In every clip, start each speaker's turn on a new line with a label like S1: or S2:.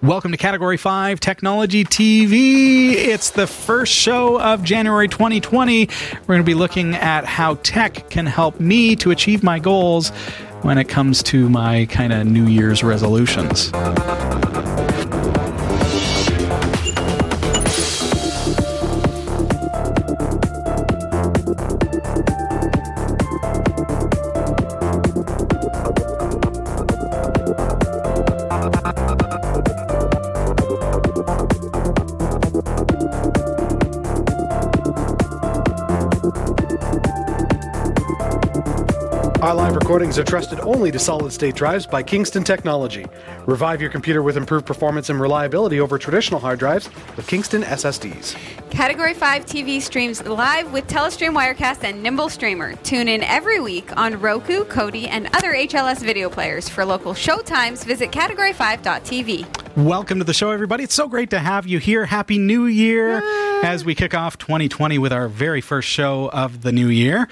S1: Welcome to Category 5 Technology TV. It's the first show of January 2020. We're going to be looking at how tech can help me to achieve my goals when it comes to my kind of New Year's resolutions.
S2: Our live recordings are trusted only to solid state drives by Kingston Technology. Revive your computer with improved performance and reliability over traditional hard drives with Kingston SSDs.
S3: Category 5 TV streams live with Telestream Wirecast and Nimble Streamer. Tune in every week on Roku, Kodi, and other HLS video players. For local showtimes, visit category5.tv.
S1: Welcome to the show, everybody. It's so great to have you here. Happy New Year as we kick off 2020 with our very first show of the new year.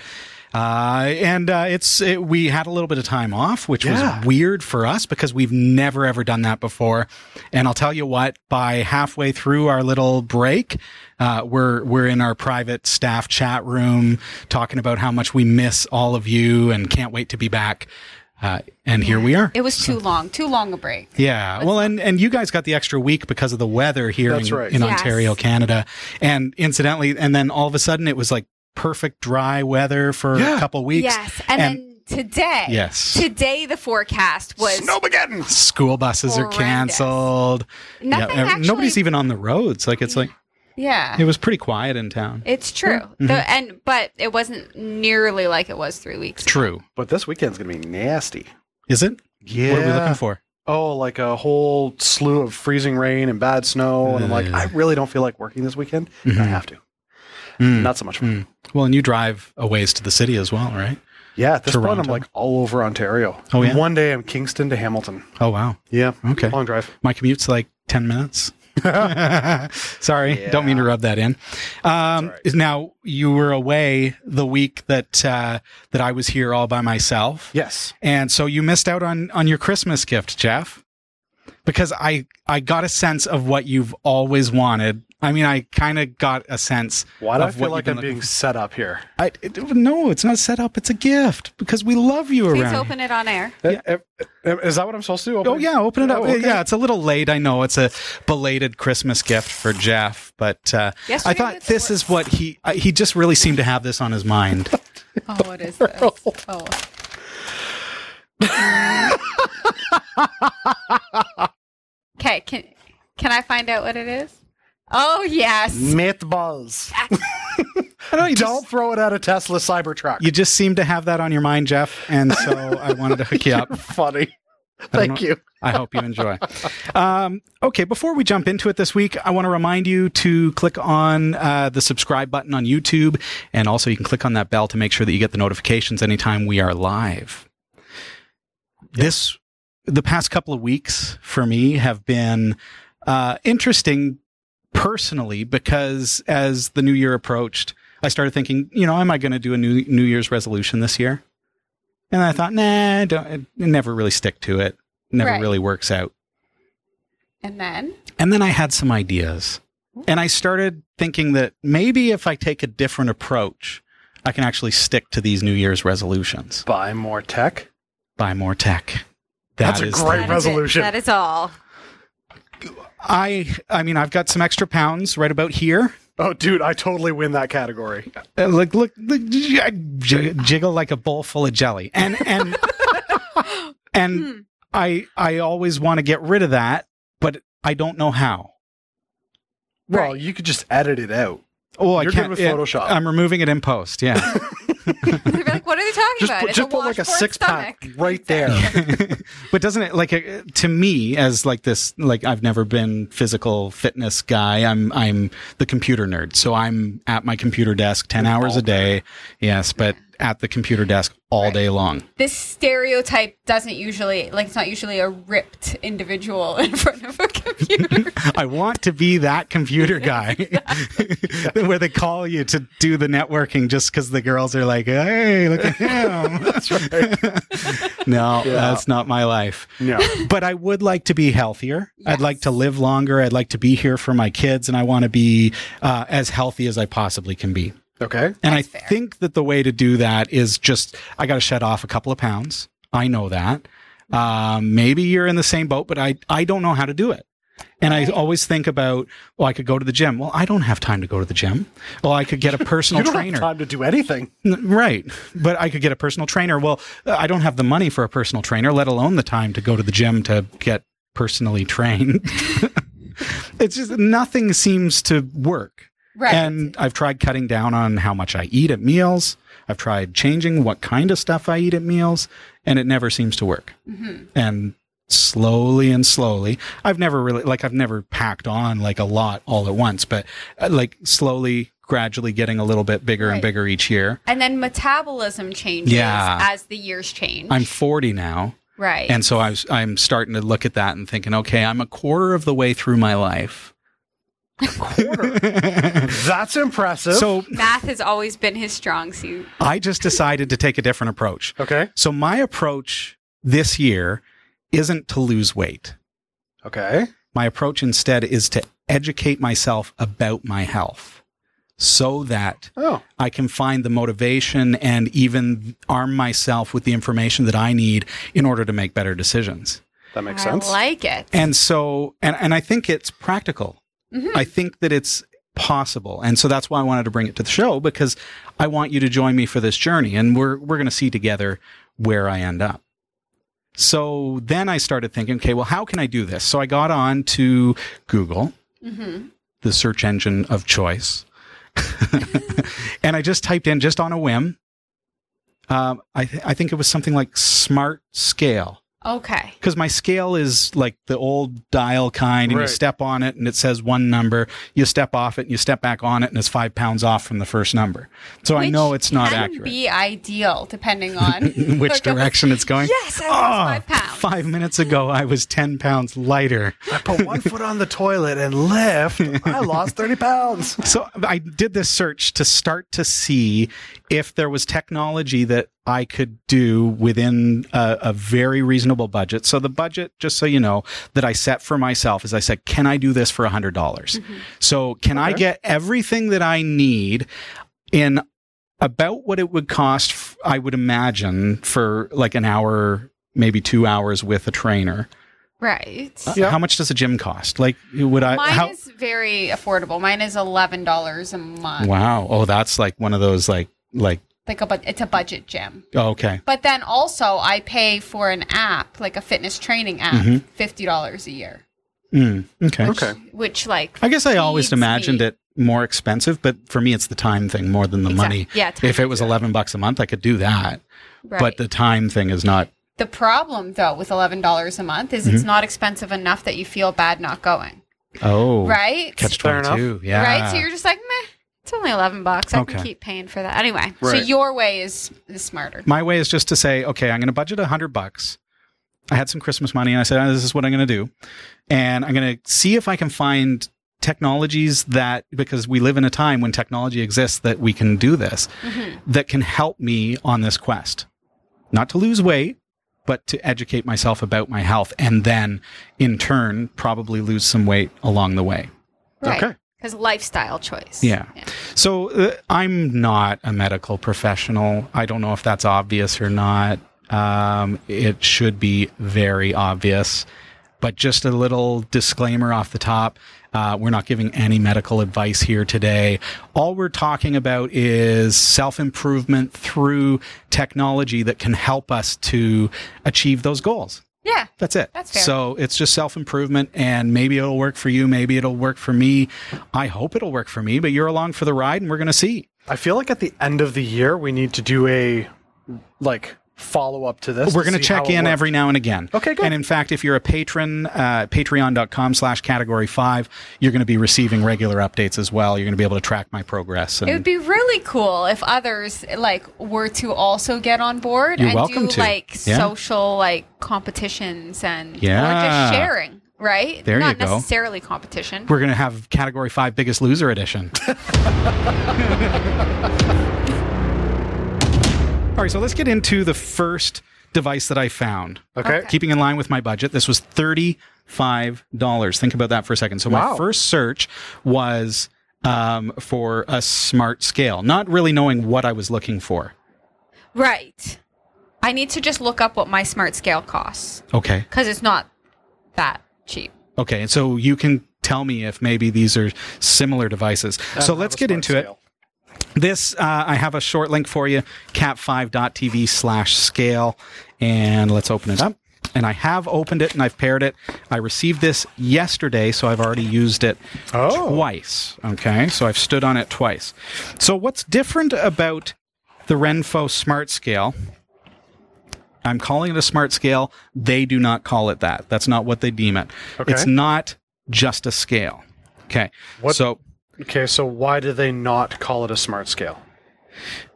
S1: Uh, and uh, it's it, we had a little bit of time off, which
S2: Yeah.
S1: was weird for us because we've never ever done that before. And I'll tell you what, by halfway through our little break, uh, we're we're in our private staff chat room talking about how much we miss all of you and can't wait to be back. Uh, and here we are.
S3: It was too long, too long a break.
S1: Yeah. Well, and, and you guys got the extra week because of the weather here
S2: That's
S1: in,
S2: right.
S1: in
S3: Yes.
S1: Ontario, Canada. And incidentally, and then all of a sudden it was like perfect dry weather for a
S2: Yeah.
S1: couple weeks.
S3: Yes, and, then today,
S1: Yes.
S3: today the forecast was
S2: Snowmageddon!
S1: school buses
S3: Horrendous.
S1: are canceled.
S3: Nothing
S1: ev-
S3: actually-
S1: nobody's even on the roads. Like it's like,
S3: yeah,
S1: it Mm-hmm. was pretty quiet in town.
S3: it's true. The, and but it wasn't nearly like it was three weeks. ago.
S1: True.
S2: But this weekend's going to be nasty.
S1: Is it?
S2: Yeah.
S1: What are we looking for?
S2: Oh, like a whole slew of freezing rain and bad snow. And I'm like,
S1: Mm.
S2: I really don't feel like working this weekend.
S1: Mm-hmm.
S2: I have to.
S1: Mm.
S2: Not so much fun.
S1: Well, and you drive a ways to the city as well, right?
S2: Yeah, at this point,
S1: Toronto.
S2: I'm like all over Ontario.
S1: Oh, yeah?
S2: One day I'm Kingston to Hamilton.
S1: Oh, wow.
S2: Yeah.
S1: Okay.
S2: Long drive.
S1: My commute's like 10 minutes. Sorry, don't mean to rub that in. Um, is Now you were away the week that uh, that I was here all by myself,
S2: Yes.
S1: and so you missed out on on your Christmas gift, Jeff, because I I got a sense of what you've always wanted. I mean, I kind of got a sense.
S2: Why do
S1: of
S2: I
S1: what
S2: feel
S1: you've
S2: like
S1: been
S2: I'm being
S1: looking-
S2: set up here?
S1: I, it- no, it's not set up. It's a gift because we love you
S3: Please
S1: around. here.
S3: open it on air.
S2: Eh, eh, Is that what I'm supposed to do?
S1: Oh yeah, open it up.
S2: Oh, okay.
S1: Yeah, it's a little late. I know it's a belated Christmas gift for Jeff, but uh, I
S3: Yesterday
S1: thought
S3: was
S1: this
S3: what-
S1: is what he uh, he just really seemed to have this on his mind.
S3: Oh, what is this? Oh, okay. Can can I find out what it is? Oh yes.
S2: Mm. Meatballs.
S1: I don't know, you
S2: Don't
S1: Just,
S2: throw it at a Tesla Cybertruck.
S1: you just seem to have that on your mind, Jeff, and so I wanted to hook you up.
S2: funny.
S1: don't
S2: Thank
S1: know.
S2: you.
S1: I hope you enjoy. Um, okay, before we jump into it this week, I want to remind you to click on uh, the subscribe button on YouTube, and also you can click on that bell to make sure that you get the notifications anytime we are live. This, the past couple of weeks for me have been uh, interesting personally because as the new year approached, I started thinking, you know, am I going to do a new New Year's resolution this year? And I thought, nah, I don't I never really stick to it. Never
S3: Right.
S1: really works out.
S3: And then
S1: And then I had some ideas. And I started thinking that maybe if I take a different approach, I can actually stick to these New Year's resolutions.
S2: Buy more tech.
S1: Buy more tech.
S2: That's a
S1: is
S2: great
S1: the-
S3: That is it.
S2: resolution.
S3: That is all.
S1: I I mean I've got some extra pounds right about here.
S2: Oh, dude, I totally win that category.
S1: Uh, Look look, look j- j- jiggle like a bowl full of jelly. And and and
S2: Hmm.
S1: I I always want to get rid of that, but I don't know how.
S2: Well,
S3: Right.
S2: you could just edit it out.
S1: Oh, I
S2: You're good
S1: can't
S2: with
S1: it-
S2: Photoshop.
S1: I'm removing it in post. Yeah.
S3: You're like, what are they talking
S2: Just
S3: about?
S2: put,
S3: It's
S2: just put like a
S3: washboard
S2: six pack
S3: stomach.
S2: right there.
S1: but doesn't it like uh, to me as like this like I've never been physical fitness guy. I'm I'm the computer nerd. So I'm at my computer desk 10 hours a day. Yes, but at the computer desk all
S3: Right.
S1: day long.
S3: This stereotype doesn't usually, like, it's not usually a ripped individual in front of a computer.
S1: I want to be that computer guy where they call you to do the networking just because the girls are like, hey, look at him. that's right. no, that's not my life.
S2: No.
S1: But I would like to be healthier.
S3: Yes.
S1: I'd like to live longer. I'd like to be here for my kids, and I want to be uh, as healthy as I possibly can be.
S2: Okay.
S1: And I
S3: fair.
S1: think that the way to do that is just I got to shed off a couple of pounds. I know that. Um, maybe you're in the same boat, but I I don't know how to do it. And I always think about, well, I could go to the gym. Well, I don't have time to go to the gym. Well, I could get a personal
S2: You don't
S1: trainer.
S2: have time to do anything.
S1: N- Right. But I could get a personal trainer. Well, uh, I don't have the money for a personal trainer, let alone the time to go to the gym to get personally trained. it's just nothing seems to work.
S3: Right.
S1: And I've tried cutting down on how much I eat at meals. I've tried changing what kind of stuff I eat at meals, and it never seems to work.
S3: Mm-hmm.
S1: And slowly and slowly, I've never really, like, I've never packed on like a lot all at once, but uh, like slowly, gradually getting a little bit bigger
S3: Right.
S1: and bigger each year.
S3: and then metabolism changes
S1: Yeah.
S3: as the years change.
S1: I'm 40 now.
S3: right.
S1: And so I was, I'm starting to look at that and thinking, okay, I'm a quarter of the way through my life.
S2: That's impressive.
S1: So
S3: Math has always been his strong suit.
S1: I just decided to take a different approach.
S2: okay.
S1: So my approach this year isn't to lose weight.
S2: Okay.
S1: My approach instead is to educate myself about my health so that
S2: Oh.
S1: I can find the motivation and even arm myself with the information that I need in order to make better decisions.
S2: That makes
S3: I
S2: sense.
S3: like it.
S1: And so, and, and I think it's practical. I think that it's possible. And so that's why I wanted to bring it to the show because I want you to join me for this journey and we're, we're going to see together where I end up. So then I started thinking, okay, well, how can I do this? So I got on to Google, the search engine of choice. and I just typed in, just on a whim, um, I, th- I think it was something like smart scale
S3: Okay.
S1: because my scale is like the old dial kind, and you
S2: Right.
S1: step on it and it says one number. You step off it and you step back on it, and it's five pounds off from the first number. So I
S3: Which
S1: know it's not
S3: can
S1: accurate.
S3: Be ideal depending on
S1: in which
S3: the goal.
S1: direction it's going?
S3: Yes, I lost
S1: Oh,
S3: five pounds.
S1: Five minutes ago, I was ten pounds lighter.
S2: I put one foot on the toilet and left. I lost 30 pounds.
S1: So I did this search to start to see if there was technology that I could do within a, a very reasonable budget. So the budget, just so you know, that I set for myself is I said, can I do this for a hundred dollars?
S3: Mm-hmm.
S1: So can I get everything that I need in about what it would cost, f- I would imagine, for like an hour, maybe two hours with a trainer.
S3: Right.
S2: Yeah.
S1: How much does a gym cost? Like, would I?
S3: Uh, Mine
S1: Uh, how,
S3: is very affordable. Mine is eleven dollars a month.
S1: wow. Oh, that's like one of those like like
S3: Like a bu- it's a budget gym.
S1: Oh, okay.
S3: But then also I pay for an app, like a fitness training app,
S1: Mm-hmm.
S3: fifty dollars a year.
S1: Mm, okay.
S2: Okay.
S3: Which like
S1: I guess I always
S3: feeds me.
S1: imagined it more expensive, but for me, it's the time thing more than the
S3: Exactly.
S1: money.
S3: Yeah, time
S1: If it was eleven bucks a month, I could do that.
S3: Right.
S1: But the time thing is not.
S3: the problem though with eleven dollars a month is
S1: Mm-hmm.
S3: it's not expensive enough that you feel bad not going.
S1: Oh,
S3: Right?
S1: Catch
S2: Fair
S1: twenty two. Yeah.
S3: Right? So you're just like, meh, it's only 11 bucks. I can
S1: Okay.
S3: keep paying for that. Anyway, so
S2: Right.
S3: your way is, is smarter.
S1: My way is just to say, okay, I'm going to budget a hundred bucks. I had some Christmas money, and I said, oh, this is what I'm going to do, and I'm going to see if I can find technologies that because we live in a time when technology exists that we can do this that can help me on this quest not to lose weight but to educate myself about my health and then in turn probably lose some weight along the way
S3: Right.
S2: Okay.
S3: Because lifestyle choice.
S1: Yeah. So uh, I'm not a medical professional. I don't know if that's obvious or not. Um, it should be very obvious. But just a little disclaimer off the top. Uh, we're not giving any medical advice here today. All we're talking about is self improvement through technology that can help us to achieve those goals.
S3: Yeah.
S1: That's it.
S3: That's fair.
S1: So it's just self improvement, and maybe it'll work for you. Maybe it'll work for me. I hope it'll work for me, but you're along for the ride, and we're going to see.
S2: I feel like at the end of the year, we need to do a like follow up to this.
S1: We're going
S2: to
S1: to
S2: see
S1: check
S2: how it
S1: in
S2: works.
S1: every now and again.
S2: Okay, good.
S1: And in fact, if you're a patron, uh, patreon.com slash category five, you're going to be receiving regular updates as well. You're going to be able to track my progress. And
S3: It would be really cool if others like were to also get on board
S1: You're
S3: and
S1: welcome
S3: do
S1: to.
S3: like
S1: Yeah.
S3: social like competitions and or
S1: Yeah.
S3: just sharing, right?
S1: There you
S3: Not
S1: go.
S3: necessarily competition.
S1: we're going to have category five biggest loser edition. All right, so let's get into the first device that I found.
S2: Okay.
S3: Okay.
S1: Keeping in line with my budget, this was $35. Think about that for a second. So
S2: Wow.
S1: my first search was um, for a smart scale, not really knowing what I was looking for.
S3: Right. I need to just look up what my smart scale costs
S1: Okay.
S3: because it's not that cheap.
S1: Okay, and so you can tell me if maybe these are similar devices. so
S2: Have
S1: let's
S2: a
S1: get
S2: smart
S1: into
S2: scale.
S1: it. This uh, I have a short link for you: cat5.tv slash scale, and let's open it up. And I have opened it and I've paired it. I received this yesterday, so I've already used it
S2: Oh.
S1: twice. Okay, so I've stood on it twice. So what's different about the Renfo Smart Scale? I'm calling it a smart scale. They do not call it that. That's not what they deem it.
S2: Okay.
S1: It's not just a scale. Okay.
S2: What-
S1: So
S2: Okay, so why do they not call it a smart scale?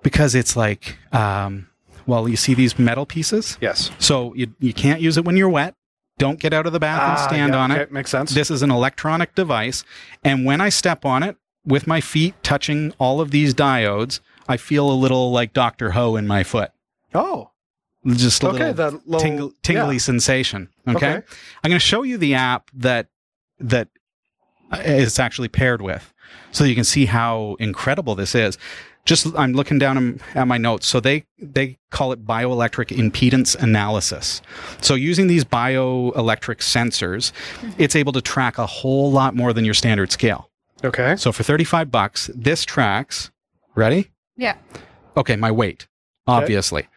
S1: because it's like, um, well, you see these metal pieces.
S2: Yes.
S1: So you you can't use it when you're wet. Don't get out of the bath and
S2: Ah,
S1: stand
S2: yeah,
S1: on
S2: okay,
S1: it.
S2: makes sense.
S1: This is an electronic device, and when I step on it with my feet touching all of these diodes, I feel a little like Doctor Ho in my foot.
S2: Oh,
S1: just a
S2: okay.
S1: little,
S2: That little
S1: tingle, tingly
S2: yeah.
S1: sensation. Okay?
S2: Okay.
S1: I'm going to show you the app that that uh, it's actually paired with, so you can see how incredible this is. Just I'm looking down am- at my notes. So they they call it bioelectric impedance analysis. So using these bioelectric sensors,
S2: Mm-hmm.
S1: it's able to track a whole lot more than your standard scale.
S2: Okay.
S1: So for 35 bucks, this tracks. Ready?
S3: Yeah.
S1: Okay, my weight, obviously.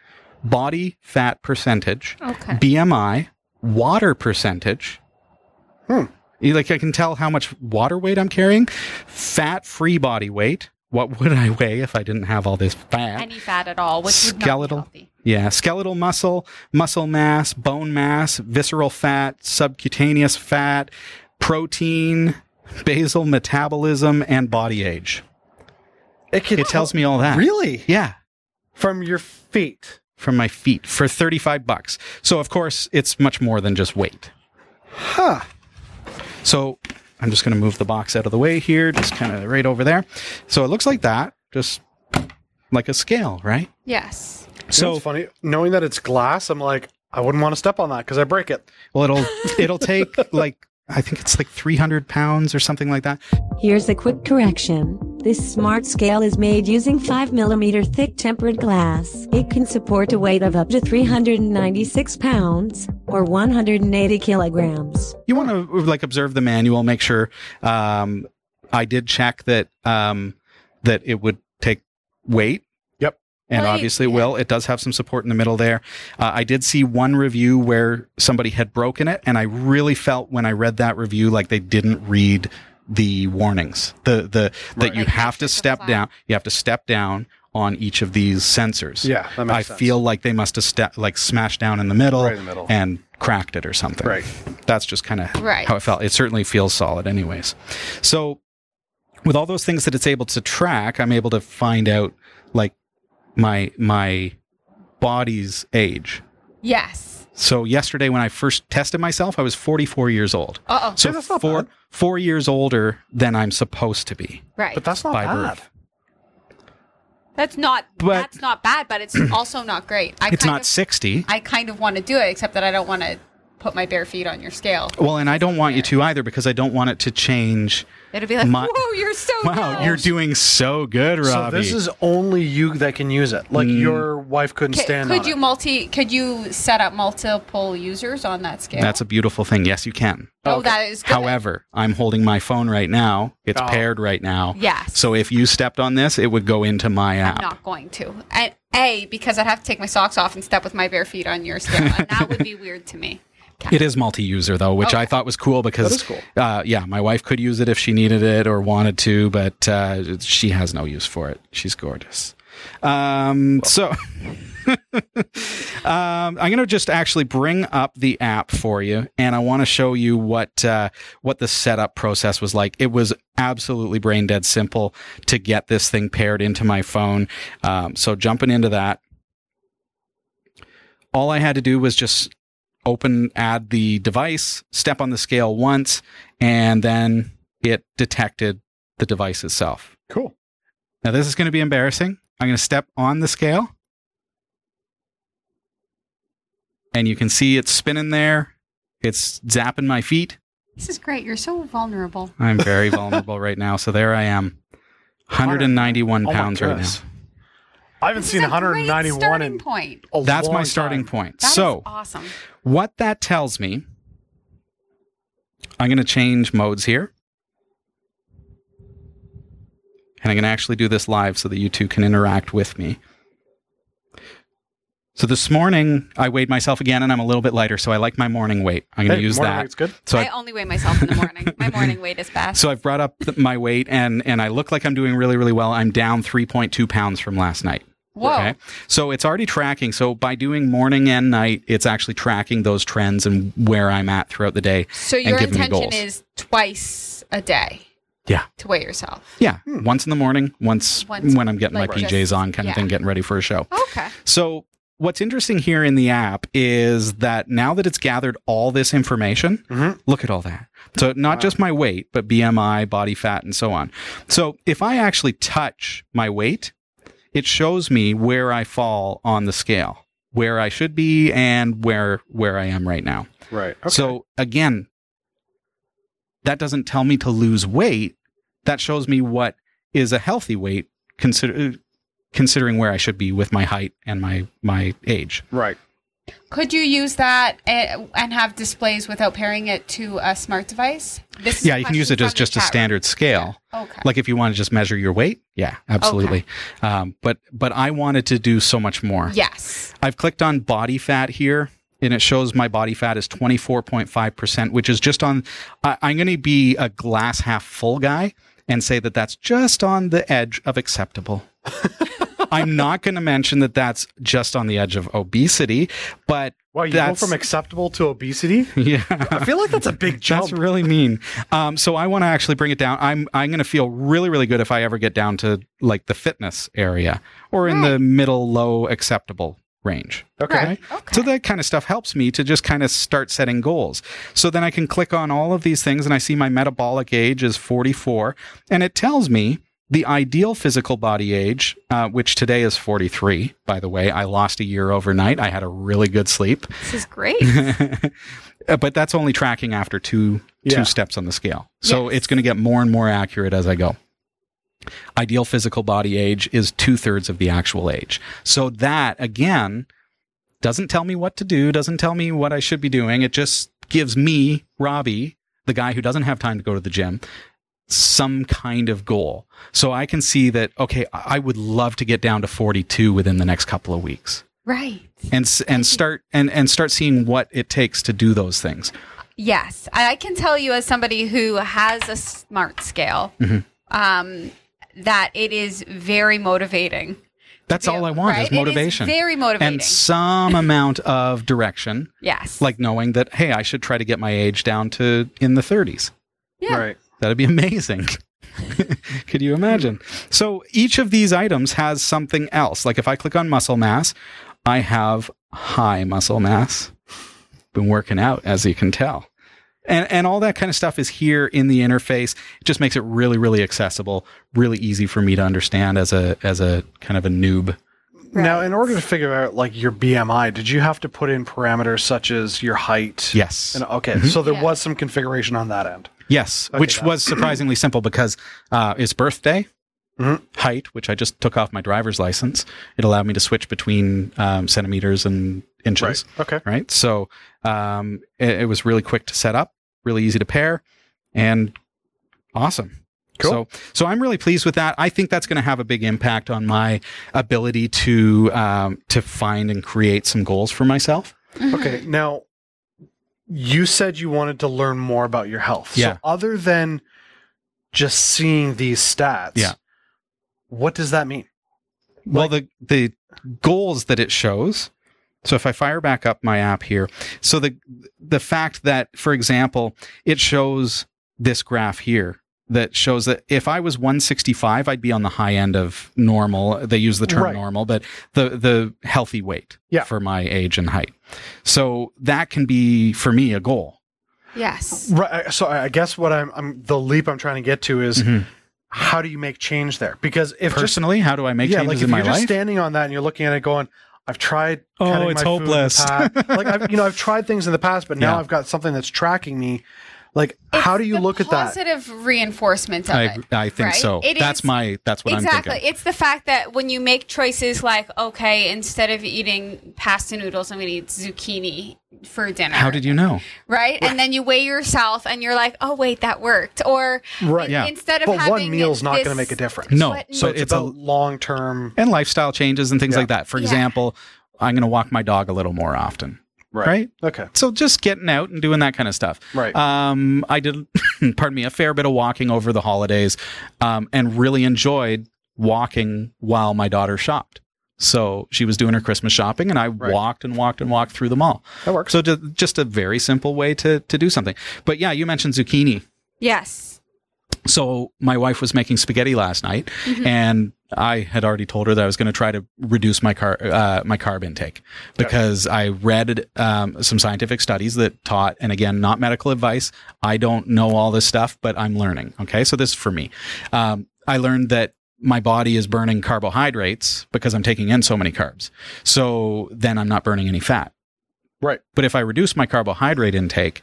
S1: Body fat percentage,
S3: Okay.
S1: BMI, water percentage.
S2: Hmm.
S1: You- Like I can tell how much water weight I'm carrying, fat free body weight. What would I weigh if I didn't have all this fat?
S3: Any fat at all, which
S1: Skeletal.
S3: would not be healthy.
S1: Yeah, skeletal muscle, muscle mass, bone mass, visceral fat, subcutaneous fat, protein, basal metabolism, and body age.
S2: It, can
S1: It tells me all that.
S2: Really?
S1: Yeah.
S2: From your feet.
S1: from my feet for 35 bucks. So of course it's much more than just weight.
S2: Huh.
S1: So I'm just going to move the box out of the way here, just kind of right over there. So it looks like that, just like a scale, right?
S3: Yes.
S2: So
S1: So
S2: funny knowing that it's glass. I'm like, I wouldn't want to step on that because I break it.
S1: well it'll it'll take like I think it's like 300 pounds or something like that.
S4: Here's a quick correction. This smart scale is made using 5mm thick tempered glass. It can support a weight of up to 396 pounds, or 180 kilograms.
S1: You want to like observe the manual, make sure um I did check that um that it would take weight
S2: Yep.
S1: and
S3: Well, you-
S1: obviously it will. It does have some support in the middle there. Uh, I did see one review where somebody had broken it, and I really felt when I read that review like they didn't read the warnings. The the that
S2: Right.
S1: you
S3: Like,
S1: have to
S3: it's a
S1: step
S3: flag.
S1: down. You have to step down on each of these sensors.
S2: Yeah, that makes
S1: I
S2: sense.
S1: feel like they must have ste- like smashed down in the middle,
S2: Right in the middle.
S1: and cracked it or something.
S2: Right.
S1: That's just kind of
S3: Right.
S1: how it felt. It certainly feels solid, anyways. So with all those things that it's able to track, I'm able to find out like my my body's age.
S3: Yes.
S1: So yesterday when I first tested myself, I was 44 years old.
S3: Uh oh.
S1: So
S2: that's not
S1: four
S2: bad.
S1: four years older than I'm supposed to be
S3: Right.
S2: But that's not
S1: by
S2: bad.
S1: birth.
S3: that's not
S1: but-
S3: that's not bad, but it's also not great. I
S1: It's
S3: kind
S1: not
S3: of,
S1: 60.
S3: I kind of want to do it, except that I don't want to put my bare feet on your scale.
S1: Well, and I don't want you to either because I don't want it to change.
S3: It'll be like,
S1: My-
S3: whoa, you're so
S1: Wow,
S3: young."
S1: you're doing so good, Robbie.
S2: So this is only you that can use it.
S1: Mm.
S2: Like your wife couldn't
S3: C-
S2: stand
S3: could
S2: on
S3: you
S2: it.
S3: multi? Could you set up multiple users on that scale?
S1: That's a beautiful thing. Yes, you can.
S3: oh, that is good.
S1: However, I'm holding my phone right now. It's
S2: Oh.
S1: paired right now.
S3: Yes.
S1: So if you stepped on this, it would go into my app.
S3: I'm not going to. And a because I'd have to take my socks off and step with my bare feet on your scale, and that would be weird to me.
S1: It is multi-user though, which I thought was cool because
S2: That is cool.
S1: Uh, yeah, my wife could use it if she needed it or wanted to, but uh, she has no use for it. She's gorgeous. Um, so. um, I'm going to just actually bring up the app for you, and I want to show you what uh, what the setup process was like. It was absolutely brain dead simple to get this thing paired into my phone. Um, so jumping into that, all I had to do was just open add the device, step on the scale once, and then it detected the device itself.
S2: Cool.
S1: Now this is going to be embarrassing. I'm going to step on the scale. and you can see it's spinning there. It's zapping my feet.
S3: This is great. You're so vulnerable.
S1: I'm very vulnerable right now. So there I am, 191
S2: Oh my
S1: pounds right
S2: goodness.
S1: now.
S2: I haven't
S3: This
S2: seen
S3: is a great
S2: 191
S3: starting
S2: in
S3: point.
S2: a
S1: That's my
S2: long
S1: starting
S2: time.
S1: point.
S3: That is
S1: so
S3: awesome.
S1: what that tells me, I'm going to change modes here. And I'm going to actually do this live so that you two can interact with me. So this morning, I weighed myself again and I'm a little bit lighter. So I like my morning weight. I'm going to
S2: Hey,
S1: use
S2: morning
S1: that.
S2: weight's good.
S1: So
S3: I only weigh myself in the morning. My morning weight is bad.
S1: So I've brought up th- my weight and and I look like I'm doing really really well. I'm down 3.2 pounds from last night.
S3: Whoa.
S1: So it's already tracking. So by doing morning and night, it's actually tracking those trends and where I'm at throughout the day.
S3: So
S1: and
S3: your
S1: giving me
S3: intention
S1: goals.
S3: is twice a day.
S1: Yeah.
S3: To weigh yourself.
S1: yeah, once in the morning, once,
S3: Once,
S1: when I'm getting
S3: like,
S1: my
S3: just-
S1: PJs on, kind
S3: yeah.
S1: of thing, getting ready for a show.
S3: Okay.
S1: So what's interesting here in the app is that now that it's gathered all this information,
S2: Mhm.
S1: look at all that. So not just my weight, but BMI, body fat, and so on. So if I actually touch my weight, it shows me where I fall on the scale, where I should be, and where where I am right now.
S2: Right. Okay.
S1: So again, that doesn't tell me to lose weight. That shows me what is a healthy weight consider considering where I should be with my height and my my age.
S2: right.
S3: Could you use that a- and have displays without pairing it to a smart device? This is
S1: Yeah,
S3: a
S1: you can use it
S3: question
S1: as
S3: from the
S1: just a
S3: chat room.
S1: standard scale.
S3: Okay.
S1: Like if you want to just measure your weight, yeah, absolutely. Um, but but I wanted to do so much more.
S3: yes.
S1: I've clicked on body fat here and it shows my body fat is 24.5%, which is just on, I, I'm going to be a glass half full guy and say that that's just on the edge of acceptable. I'm not going to mention that that's just on the edge of obesity, but
S2: Well, you
S1: that's-
S2: go from acceptable to obesity.
S1: yeah.
S2: I feel like that's a big jump.
S1: That's really mean. Um, so I want to actually bring it down. I'm I'm going to feel really really good if I ever get down to like the fitness area or in the middle low acceptable range.
S2: Okay.
S3: Right. Okay.
S1: So that kind of stuff helps me to just kind of start setting goals. So then I can click on all of these things and I see my metabolic age is 44 and it tells me the ideal physical body age, uh, which today is 43, by the way. I lost a year overnight. I had a really good sleep.
S3: This is great.
S1: Uh, but that's only tracking after two
S2: Yeah.
S1: two steps on the scale. So
S3: Yes.
S1: it's going to get more and more accurate as I go. Ideal physical body age is two thirds of the actual age. So that again doesn't tell me what to do, doesn't tell me what I should be doing. It just gives me, Robbie, the guy who doesn't have time to go to the gym, some kind of goal. So I can see that, okay, I I would love to get down to 42 within the next couple of weeks
S3: right.
S1: and s- and start and and start seeing what it takes to do those things.
S3: Yes, I I can tell you as somebody who has a smart scale
S1: Mm-hmm.
S3: um, that it is very motivating.
S1: That's all I want
S3: Right?
S1: is
S3: It is
S1: motivation.
S3: very motivating.
S1: And some amount of direction,
S3: Yes,
S1: like knowing that hey, I should try to get my age down to in the 30s.
S3: yeah.
S2: Right.
S1: That'd be amazing. Could you imagine? So each of these items has something else. Like if I click on muscle mass, I have high muscle mass. Been working out, as you can tell. And, and all that kind of stuff is here in the interface. It just makes it really, really accessible, really easy for me to understand as a as a kind of a noob.
S2: Now,
S3: Right.
S2: in order to figure out like your BMI, did you have to put in parameters such as your height?
S1: Yes. Mm-hmm.
S2: And, okay. So there
S3: Yeah.
S2: was some configuration on that end.
S1: Yes, which
S2: that-
S1: was surprisingly simple because uh, it's birthday,
S2: Mhm.
S1: height, which I just took off my driver's license. It allowed me to switch between um, centimeters and inches.
S2: Okay.
S1: Right. So um, it, it was really quick to set up, really easy to pair, and awesome.
S2: Cool.
S1: So, so I'm really pleased with that. I think that's going to have a big impact on my ability to um, to find and create some goals for myself.
S3: Mm-hmm.
S2: Okay. Now, you said you wanted to learn more about your health.
S1: Yeah.
S2: So other than just seeing these stats,
S1: Yeah.
S2: what does that mean?
S1: Well, the the goals that it shows. So if I fire back up my app here, so the the fact that, for example, it shows this graph here that shows that if I was 165, I'd be on the high end of normal. They use the term
S2: Right.
S1: normal, but the the healthy weight
S2: Yeah.
S1: for my age and height. So that can be for me a goal.
S3: Yes.
S2: Right. I- So I I guess what I'm, I'm the leap I'm trying to get to is
S1: Mm-hmm.
S2: how do you make change there? Because if just
S1: Personally, how do I make
S2: yeah,
S1: changes
S2: like if
S1: in
S2: you're
S1: my
S2: just
S1: life?
S2: standing on that and you're looking at it going, I've tried.
S1: Oh,
S2: cutting
S1: it's
S2: my food in the
S1: hopeless.
S2: past." like I've, you know, I've tried things in the past, but now
S1: Yeah.
S2: I've got something that's tracking me. Like, how do you look at that?
S3: Positive reinforcement of
S1: I,
S3: it.
S1: agree- I think
S3: right?
S1: so.
S3: It
S1: that's
S3: is-
S1: my that's what I'm
S3: exactly.
S1: thinking.
S3: It's the fact that when you make choices like, okay, instead of eating pasta noodles, I'm going to eat zucchini for dinner.
S1: How did you know?
S3: right? And then you weigh yourself, and you're like, oh wait, that worked. Or
S2: Right.
S1: Yeah.
S3: instead of
S2: But
S3: having
S2: one meal's not
S3: this-
S2: going to make a difference.
S1: No.
S3: But-
S1: so
S2: it's,
S1: it's,
S2: about
S1: a
S2: long term.
S1: and lifestyle changes and things
S2: Yeah.
S1: like that. For
S3: Yeah.
S1: example, I'm going to walk my dog a little more often. Right.
S2: Okay.
S1: So just getting out and doing that kind of stuff.
S2: Right.
S1: Um, I did, pardon me, a fair bit of walking over the holidays, um, and really enjoyed walking while my daughter shopped. So she was doing her Christmas shopping, and I
S2: Right.
S1: walked and walked and walked through the mall.
S2: That works.
S1: So ju- just a very simple way to to do something. But yeah, you mentioned zucchini.
S3: Yes.
S1: So my wife was making spaghetti last night, and I had already told her that I was going to try to reduce my car uh, my carb intake because I read um, some scientific studies that taught, and again, not medical advice. I don't know all this stuff, but I'm learning. Okay, so this is for me. Um, I learned that my body is burning carbohydrates because I'm taking in so many carbs. So then I'm not burning any fat.
S2: Right.
S1: But if I reduce my carbohydrate intake,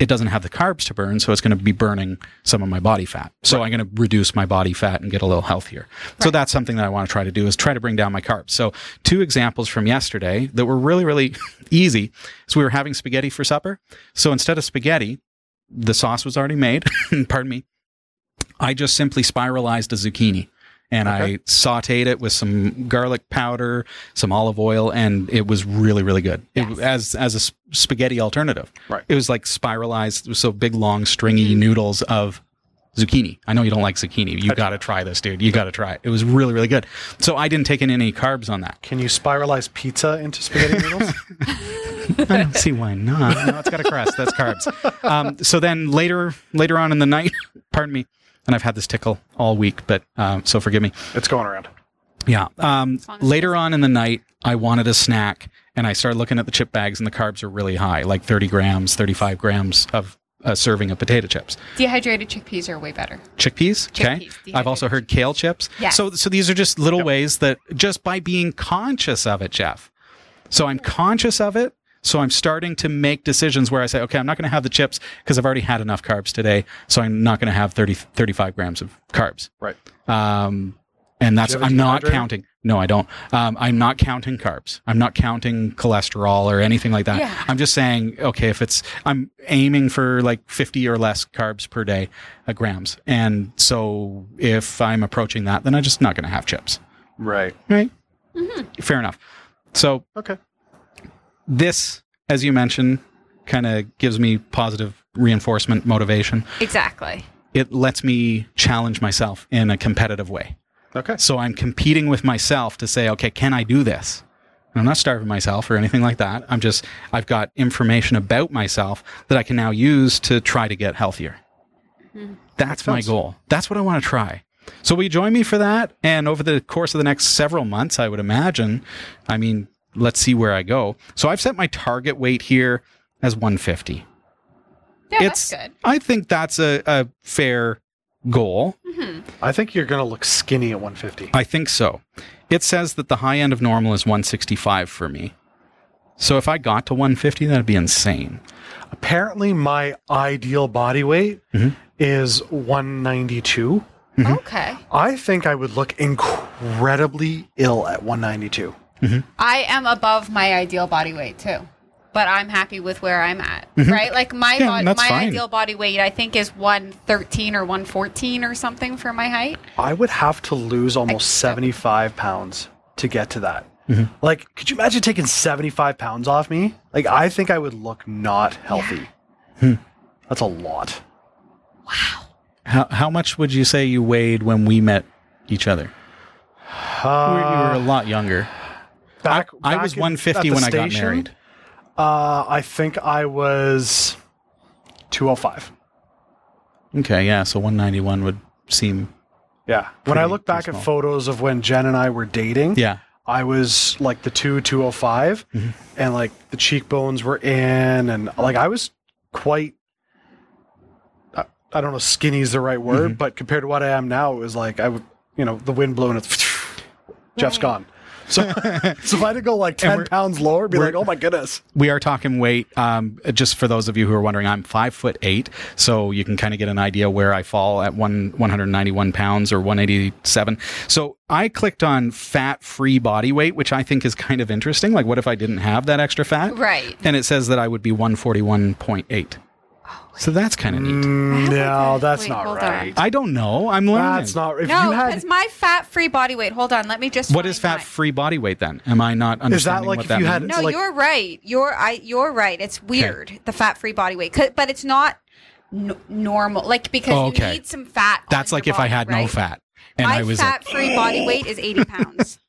S1: it doesn't have the carbs to burn, so it's going to be burning some of my body fat. So I'm going to reduce my body fat and get a little healthier. So that's something that I want to try to do is try to bring down my carbs. So two examples from yesterday that were really really easy. So we were having spaghetti for supper. So instead of spaghetti, the sauce was already made. Pardon me. I just simply spiralized a zucchini and I sauteed it with some garlic powder, some olive oil, and it was really, really good. It, as as a s- spaghetti alternative,
S2: Right.
S1: It was like spiralized, so big, long, stringy noodles of zucchini. I know you don't like zucchini. You got to try this, dude. You got to try it. It was really, really good. So I didn't take in any carbs on that.
S2: Can you spiralize pizza into spaghetti noodles?
S1: I don't see why not. No, it's got a crust. That's carbs. Um, so then later, later on in the night, pardon me, and I've had this tickle all week, but um, so forgive me.
S2: it's going around.
S1: Yeah. Um,
S3: long as it
S1: later on in the night, I wanted a snack and I started looking at the chip bags, and the carbs are really high like 30 grams, 35 grams of a serving of potato chips.
S3: Dehydrated chickpeas are way better.
S1: Chickpeas. Okay.
S3: Chickpeas,
S1: I've also heard kale chips.
S3: Yes.
S1: So, so these are just little ways that just by being conscious of it, Jeff. So I'm conscious of it. So I'm starting to make decisions where I say, okay, I'm not going to have the chips because I've already had enough carbs today. So I'm not going to have 30, 35 grams of carbs.
S2: Right.
S1: Um, and that's
S2: Do you have a
S1: I'm not
S2: dehydrator?
S1: counting. No, I don't. Um, I'm not counting carbs. I'm not counting cholesterol or anything like that.
S3: Yeah.
S1: I'm just saying, okay, if it's I'm aiming for like 50 or less carbs per day, uh, grams. And so if I'm approaching that, then I'm just not going to have chips.
S2: Right.
S1: Right? Fair enough. So
S2: Okay.
S1: this, as you mentioned, kind of gives me positive reinforcement motivation.
S3: Exactly.
S1: It lets me challenge myself in a competitive way.
S2: Okay.
S1: So I'm competing with myself to say, okay, can I do this? And I'm not starving myself or anything like that. I'm just, I've got information about myself that I can now use to try to get healthier.
S3: Mm-hmm.
S1: That's my
S2: sense.
S1: goal. That's what I want to try. So will you join me for that? And over the course of the next several months, I would imagine, I mean, let's see where I go. So I've set my target weight here as 150
S3: Yeah,
S1: it's
S3: Oh, that's good.
S1: I think that's a, a fair goal.
S2: I think you're going to look skinny at 150.
S1: I think so. It says that the high end of normal is 165 for me. So if I got to 150, that'd be insane.
S2: Apparently, my ideal body weight is 192.
S1: Mm-hmm.
S3: Okay.
S2: I think I would look incredibly ill at 192.
S3: I am above my ideal body weight too, but I'm happy with where I'm at. Right? Like my
S1: Mm-hmm. Yeah,
S3: bod-
S1: and that's
S3: my
S1: fine.
S3: ideal body weight, I think, is one thirteen or one fourteen or something for my height.
S2: I would have to lose almost 75 pounds to get to that. Like, could you imagine taking 75 pounds off me? Like, I think I would look not healthy. Hmm. That's a lot.
S1: How, how much would you say you weighed when we met each other? You were, you were a lot younger.
S2: Back,
S1: I
S2: Uh, back
S1: was
S2: in-
S1: 150
S2: at the
S1: when I got
S2: station,
S1: married.
S2: Uh, I think I was 205.
S1: Okay, yeah. So 191 would seem.
S2: Yeah. When I
S1: Pretty-
S2: look
S1: pretty
S2: back at
S1: small.
S2: photos of when Jen and I were dating,
S1: Yeah. Mm-hmm.
S2: I was like the two 205 and like the cheekbones were in and like I was quite I, I don't know skinny is the right word
S1: Mm-hmm.
S2: but compared to what I am now it was like I would you know the wind blowing it's Jeff's gone so so if I had to go like 10
S1: we're-
S2: pounds lower it'd be
S1: we're-
S2: like oh my goodness
S1: We are talking weight. Um, just for those of you who are wondering, I'm five foot eight, so you can kind of get an idea where I fall at one 191 pounds or 187. So I clicked on fat free body weight, which I think is kind of interesting. Like, what if I didn't have that extra fat?
S3: Right.
S1: And it says that I would be 141.8. So that's kind of neat.
S3: like
S2: no
S3: that.
S2: that's
S3: Wait,
S2: not
S3: hold on.
S2: right
S1: I don't know. I'm learning.
S2: that's not if
S3: No,
S2: you
S3: because
S2: had
S3: my fat free body weight. Hold on, let me just.
S1: What is
S3: find
S1: fat
S3: mine.
S1: free body weight then? Am I not understanding
S2: like
S1: what
S2: if
S1: that
S2: you had-
S1: means?
S3: No,
S2: So, like-
S3: you're right. You're I. You're right. It's weird. The fat free body weight, 'Cause- but it's not n- normal. Like because
S1: Oh, okay.
S3: you need some fat.
S1: That's
S3: on
S1: like
S3: your
S1: if I
S3: body,
S1: had no
S3: right?
S1: fat and
S3: my
S1: I was
S3: fat free body weight is 80 pounds.
S1: a,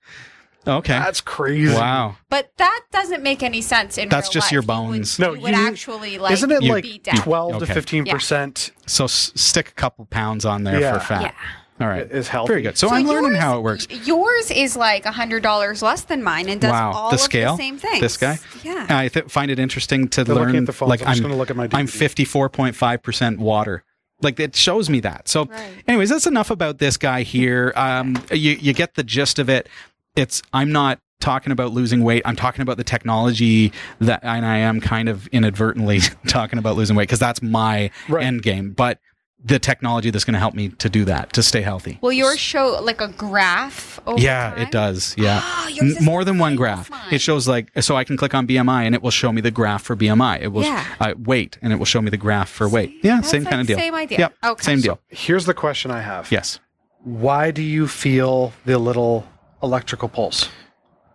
S1: okay.
S2: that's crazy
S1: wow.
S3: But that doesn't make any sense in
S1: That's
S3: real
S1: just
S3: life.
S1: your
S3: You would-
S1: bones.
S3: You
S2: No,
S3: would,
S2: you-
S3: actually like
S2: isn't it
S3: you,
S2: like
S3: be down.
S2: 12
S1: Okay.
S2: to 15 percent
S1: So s- stick a couple pounds on there
S2: Yeah.
S1: for fat. All right,
S2: It is healthy.
S1: Very good. So,
S3: So
S1: I'm learning
S3: yours-
S1: how it works.
S3: y- Yours is like $100 less than mine and does
S1: wow,
S3: all
S1: the
S3: of
S1: scale.
S3: the same things.
S1: This guy. Uh,
S3: Yeah.
S1: I th- find it interesting to
S2: They're looking
S1: learn.
S2: at the phones.
S1: Like
S2: I'm just
S1: I'm,
S2: gonna look at my
S1: I'm
S2: DVD.
S1: 54.5 percent water. Like it shows me that. So,
S3: Right.
S1: anyways, that's enough about this guy here. Um, you you get the gist of it. It's I'm not talking about losing weight. I'm talking about the technology that, and I am kind of inadvertently talking about losing weight because that's my
S2: Right.
S1: end game. But the technology that's going to help me to do that to stay healthy.
S3: Will yours show like a graph over
S1: Yeah,
S3: time?
S1: it does. Yeah.
S3: Ah, yours
S1: M-
S3: is
S1: More than one
S3: fine,
S1: graph.
S3: fine.
S1: It shows like, so I can click on BMI and it will show me the graph for BMI. It will
S3: Yeah.
S1: uh, weight and it will show me the graph for weight. Yeah,
S3: That's
S1: same
S3: like
S1: kind of
S3: the
S1: deal.
S3: same idea.
S1: Yep.
S3: Okay.
S1: Same deal.
S2: here's the question I have
S1: Yes.
S2: why do you feel the little electrical pulse?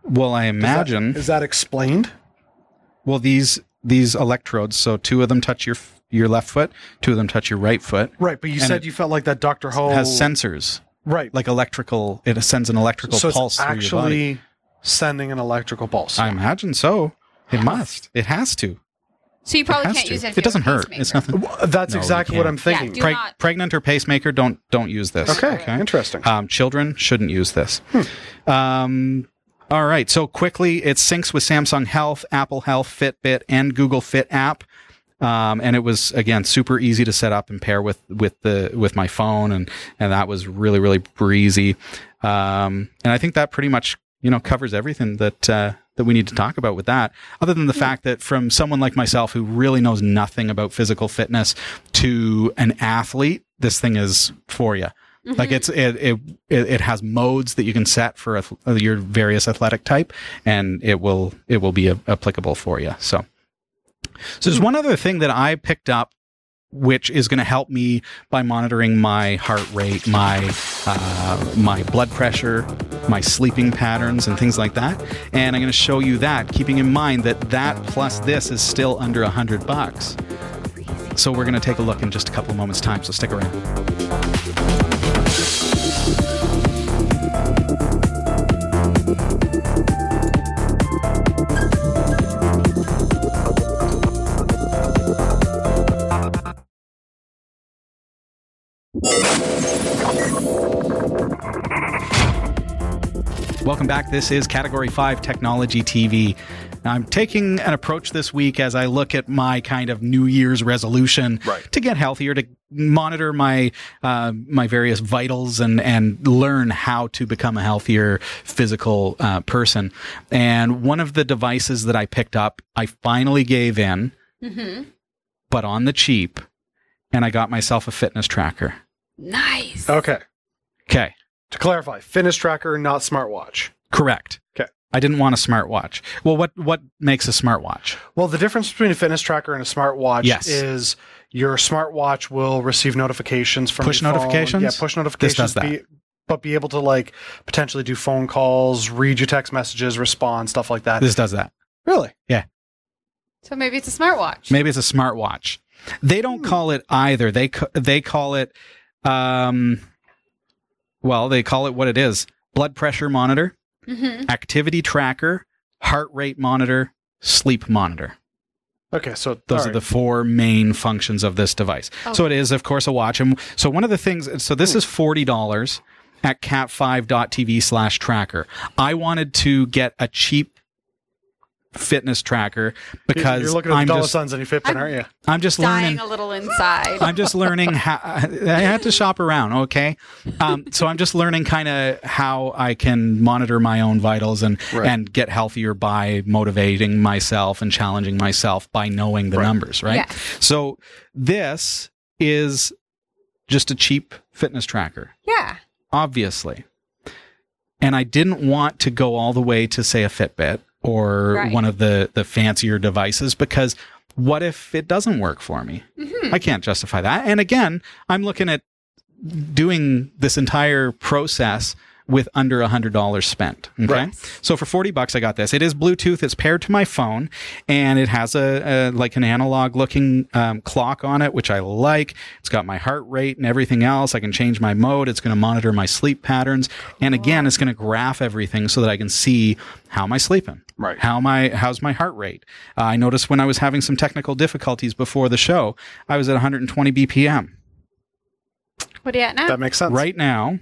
S1: Well, I imagine.
S2: Is that explained?
S1: well, these these electrodes. So two of them touch your f- your left foot. Two of them touch your right foot.
S2: Right, but you
S1: And
S2: said
S1: it
S2: you felt like that Dr. Ho
S1: Has sensors
S2: right,
S1: like electrical. It sends an electrical
S2: so
S1: pulse
S2: it's
S1: through your body.
S2: actually sending an electrical pulse.
S1: I imagine so. It must. It has to.
S3: So you probably
S1: Has
S3: can't
S1: to.
S3: use it. if
S1: It doesn't
S3: you're a
S1: hurt. It's
S3: pacemaker.
S1: nothing.
S2: Well, That's
S1: No,
S2: exactly
S1: you
S2: what I'm
S1: can't.
S2: thinking.
S3: do
S1: Preg-
S3: not-
S1: pregnant or pacemaker don't don't use this
S2: okay, interesting. Hmm.
S1: um, children shouldn't use this um, all right so quickly it syncs with samsung health apple health fitbit and google fit app um, and it was again super easy to set up and pair with with the with my phone and and that was really really breezy um, and i think that pretty much you know covers everything that uh, that we need to talk about with that other than the fact that from someone like myself who really knows nothing about physical fitness to an athlete this thing is for you like it's it, it it it has modes that you can set for ath- your various athletic type, and it will it will be a- applicable for you. So, so there's one other thing that I picked up, which is going to help me by monitoring my heart rate, my uh, my blood pressure, my sleeping patterns, and things like that. And I'm going to show you that, keeping in mind that that plus this is still under a hundred bucks. So we're going to take a look in just a couple of moments' time. So stick around. Welcome back. This is Category 5 Technology TV. Now, I'm taking an approach this week as I look at my kind of New Year's resolution
S2: Right.
S1: to get healthier, to monitor my uh, my various vitals and and learn how to become a healthier physical uh, person. And one of the devices that I picked up, I finally gave in,
S3: Mm-hmm.
S1: but on the cheap, and I got myself a fitness tracker.
S3: Nice.
S1: Oh.
S2: Okay.
S1: Okay.
S2: To clarify, fitness tracker, not smartwatch.
S1: Correct.
S2: 'Kay.
S1: I didn't want a smartwatch. Well, what what makes a smartwatch?
S2: Well, the difference between a fitness tracker and a smartwatch
S1: Yes.
S2: is your smartwatch will receive notifications from
S1: Push
S2: your phone.
S1: notifications?
S2: Yeah, push notifications.
S1: does that.
S2: Be, but be able to like potentially do phone calls, read your text messages, respond, stuff like that.
S1: This does that.
S2: really?
S3: So maybe it's a smartwatch.
S1: Maybe it's a smartwatch. They don't
S2: Hmm.
S1: call it either. They ca- they call it um well, they call it what it is. blood pressure monitor,
S3: Mm-hmm.
S1: activity tracker, heart rate monitor, sleep monitor.
S2: Okay, so
S1: Those are the four main functions of this device. So
S3: Oh.
S1: it is, of course, a watch. And so one of the things, so
S2: Hmm.
S1: this is forty dollars at cat5.tv slash tracker. I wanted to get a cheap fitness tracker because
S2: you're looking at
S1: I'm
S2: dollar
S1: just,
S2: signs on your Fitbit, aren't you?
S1: I'm just
S3: Dying
S1: learning.
S3: a little inside.
S1: I'm just learning how I had to shop around. Okay. Um, so I'm just learning kind of how I can monitor my own vitals and,
S2: Right.
S1: and get healthier by motivating myself and challenging myself by knowing the
S2: Right.
S1: numbers. Right.
S3: Yes.
S1: So this is just a cheap fitness tracker
S3: yeah.
S1: obviously. And I didn't want to go all the way to say a Fitbit or
S3: Right.
S1: one of the the fancier devices because what if it doesn't work for me? I can't justify that. And again, I'm looking at doing this entire process with under a hundred dollars spent. Okay.
S2: Right.
S1: So for 40 bucks, I got this. It is Bluetooth. It's paired to my phone and it has a, a like an analog looking um, clock on it, which I like. It's got my heart rate and everything else. I can change my mode. It's going to monitor my sleep patterns. And again, it's going to graph everything so that I can see how am I sleeping?
S2: Right.
S1: How am I, how's my heart rate? Uh, I noticed when I was having some technical difficulties before the show, I was at 120 BPM
S3: What are you at now?
S2: That makes sense.
S1: right now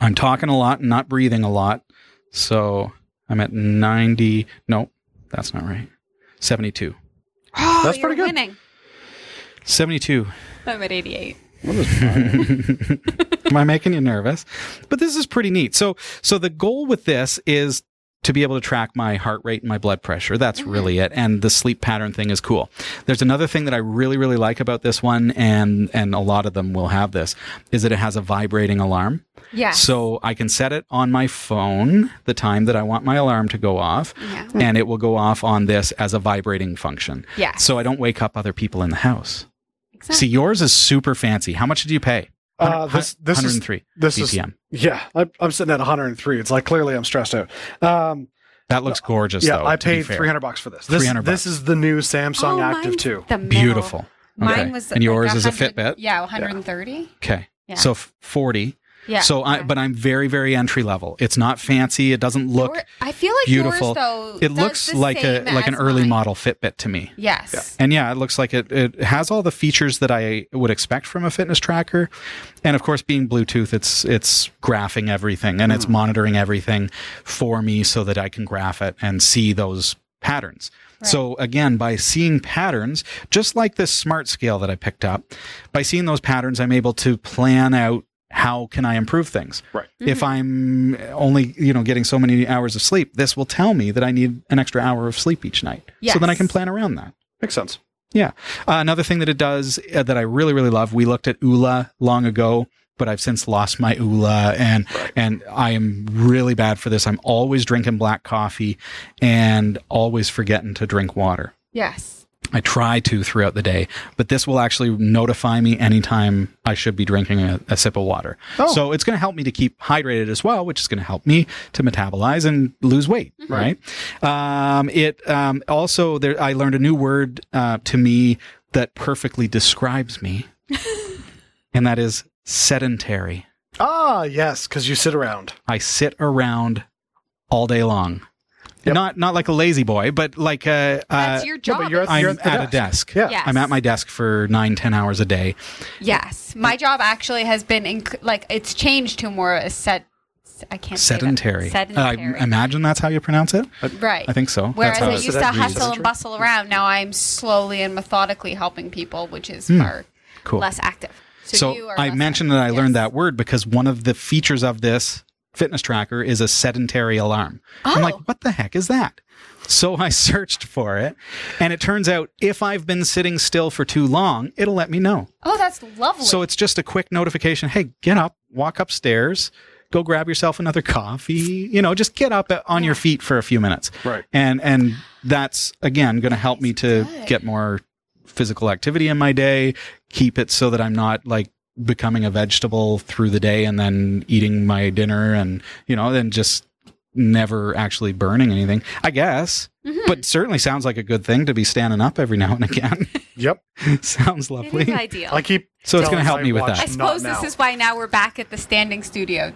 S1: i'm talking a lot and not breathing a lot so i'm at 90 no that's not right 72
S3: oh,
S2: That's
S3: you're
S2: pretty good.
S3: winning.
S1: 72
S3: I'm at 88.
S1: am i making you nervous but this is pretty neat so so the goal with this is to be able to track my heart rate and my blood pressure that's really it and the sleep pattern thing is cool there's another thing that i really really like about this one and and a lot of them will have this is that it has a vibrating alarm
S3: Yeah.
S1: So I can set it on my phone the time that I want my alarm to go off,
S3: Yeah.
S1: and it will go off on this as a vibrating function.
S3: Yeah.
S1: So I don't wake up other people in the house.
S3: Exactly.
S1: See, yours is super fancy. How much did you pay?
S2: Uh, this this is
S1: 103
S2: this is
S1: BPM.
S2: yeah. I'm, I'm sitting at 103. It's like clearly I'm stressed out. Um,
S1: that looks gorgeous,
S2: yeah,
S1: though.
S2: I
S1: to be
S2: paid
S1: fair.
S2: 300 bucks for this. This
S1: 300
S2: this is the new Samsung
S3: Oh,
S2: Active
S3: mine's
S2: 2.
S3: The middle.
S1: Beautiful.
S3: Mine
S1: Okay.
S3: was
S1: And yours
S3: like
S1: is a
S3: 100
S1: Fitbit?
S3: Yeah, 130. Yeah.
S1: Okay.
S3: Yeah.
S1: So f- 40.
S3: Yeah.
S1: So I, but I'm very, very entry level. It's not fancy. It doesn't look
S3: Your- I feel like
S1: beautiful.
S3: Yours, though,
S1: it
S3: does
S1: looks
S3: the
S1: like a
S3: same
S1: like an
S3: as
S1: early
S3: mine.
S1: model Fitbit to me.
S3: Yes.
S1: And yeah, it looks like it, it has all the features that I would expect from a fitness tracker. And of course, being Bluetooth, it's it's graphing everything and
S3: Mm.
S1: it's monitoring everything for me so that I can graph it and see those patterns. So again, by seeing patterns, just like this smart scale that I picked up, by seeing those patterns, I'm able to plan out how can I improve things.
S2: Right.
S3: Mm-hmm.
S1: If I'm only, you know, getting so many hours of sleep, this will tell me that I need an extra hour of sleep each night. So then I
S3: Yes.
S1: can plan around that.
S2: Makes sense.
S1: Yeah. Uh, another thing that it does uh, that I really, really love, we looked at ULA long ago, but I've since lost my ULA and, and I am really bad for this. I'm always drinking black coffee and always forgetting to drink water.
S3: Yes.
S1: I try to throughout the day, but this will actually notify me anytime I should be drinking a, a sip of water.
S2: Oh.
S1: So it's going to help me to keep hydrated as well, which is going to help me to metabolize and lose weight,
S2: Mm-hmm.
S1: right? Um, it um, also there. I learned a new word uh, to me that perfectly describes me, and that is sedentary.
S2: Ah, yes, because you sit around.
S1: I sit around all day long.
S2: Yep.
S1: Not not like a lazy boy, but like a. Uh,
S3: That's your
S2: yeah,
S3: job.
S2: but you're
S3: is-
S1: I'm
S2: You're
S1: at,
S2: at the
S1: a desk.
S2: Yeah.
S3: Yes.
S1: I'm at my desk for nine, ten hours a day.
S3: yes. My job actually has been inc- like it's changed to more a set. I can't say that.
S1: Sedentary. Uh,
S3: Sedentary.
S1: I imagine that's how you pronounce it.
S3: right.
S1: I think so.
S3: Whereas
S1: that's how
S3: I
S1: it's-
S3: used to
S2: Sedentary.
S3: hustle and
S2: Sedentary.
S3: bustle around, now I'm slowly and methodically helping people, which is far
S1: Hmm. Cool.
S3: less active. So, you
S1: So
S3: are
S1: I
S3: less
S1: mentioned that I
S3: active.
S1: learned
S3: Yes.
S1: that word because one of the features of this fitness tracker is a sedentary alarm. I'm like,
S3: Oh.
S1: what the heck is that? So I searched for it, and it turns out if I've been sitting still for too long, it'll let me know.
S3: Oh, that's lovely.
S1: So it's just a quick notification. Hey, get up, walk upstairs, go grab yourself another coffee. You know, just get up on your feet for a few minutes.
S2: Right.
S1: And and that's again going to help me to get more physical activity in my day. Keep it so that I'm not like becoming a vegetable through the day and then eating my dinner and you know then just never actually burning anything. I guess.
S3: Mm-hmm.
S1: But certainly sounds like a good thing to be standing up every now and again.
S2: Yep.
S1: sounds
S3: it
S1: lovely.
S3: is ideal.
S2: I keep.
S1: So it's gonna
S2: telling
S1: help
S2: my
S1: me with
S2: watch
S1: that.
S3: I
S1: I
S2: not
S3: suppose
S2: now.
S3: this is why now we're back at the standing studio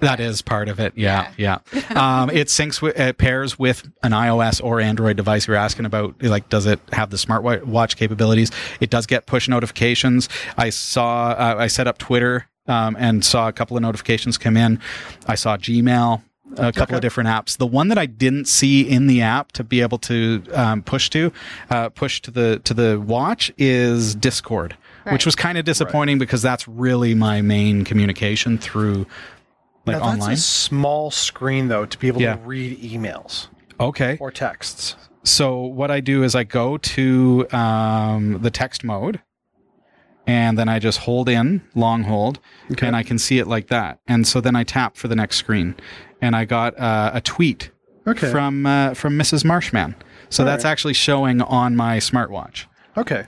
S1: That is part of it. Yeah, yeah. um, it syncs with it pairs with an iOS or Android device. You're asking about like, does it have the smart wa- watch capabilities? It does get push notifications. I saw. Uh, I set up Twitter um, and saw a couple of notifications come in. I saw Gmail. A couple of different apps. The one that I didn't see in the app to be able to um, push to, uh, push to the to the watch is Discord,
S3: Right.
S1: which was kind of disappointing because that's really my main communication through like
S2: Now,
S1: online.
S2: That's a small screen though to be able
S1: Yeah.
S2: to read emails
S1: Okay.
S2: or texts.
S1: So what I do is I go to um, the text mode, and then I just hold in long hold, and I can see it like that. And so then I tap for the next screen, and I got uh, a tweet
S2: Okay.
S1: from uh, from Mrs. Marshman. So that's actually showing on my smartwatch.
S2: Okay.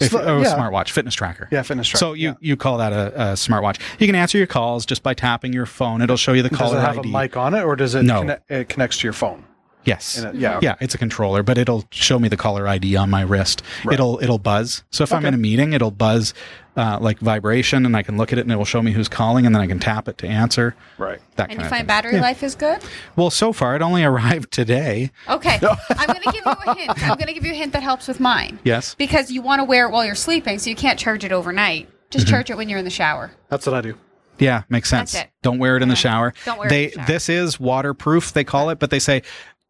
S1: If,
S2: So,
S1: oh,
S2: yeah.
S1: smartwatch, fitness tracker.
S2: Yeah, fitness tracker,
S1: So you, you call that a, a smartwatch. You can answer your calls just by tapping your phone. It'll show you the
S2: Does
S1: caller
S2: it have
S1: ID.
S2: a mic on it, or does it?
S1: No.
S2: conne- it connects to your phone.
S1: Yes.
S2: And it- yeah.
S1: Yeah, it's a controller, but it'll show me the caller ID on my wrist. It'll it'll buzz. So if I'm in a meeting, it'll buzz uh, like vibration, and I can look at it, and it will show me who's calling, and then I can tap it to answer.
S2: Right.
S1: That
S3: And
S1: kind
S3: you
S1: of
S3: find
S1: thing.
S3: battery life is good?
S1: Well, so far it only arrived today.
S3: Okay. I'm going to give you a hint. I'm going to give you a hint that helps with mine.
S1: Yes.
S3: Because you want to wear it while you're sleeping, so you can't charge it overnight. Just charge it when you're in the shower.
S2: That's what I do.
S1: Yeah, makes sense.
S3: That's it.
S1: Don't wear it in the shower.
S3: Don't wear it
S1: they,
S3: in the shower.
S1: This is waterproof, they call it, but they say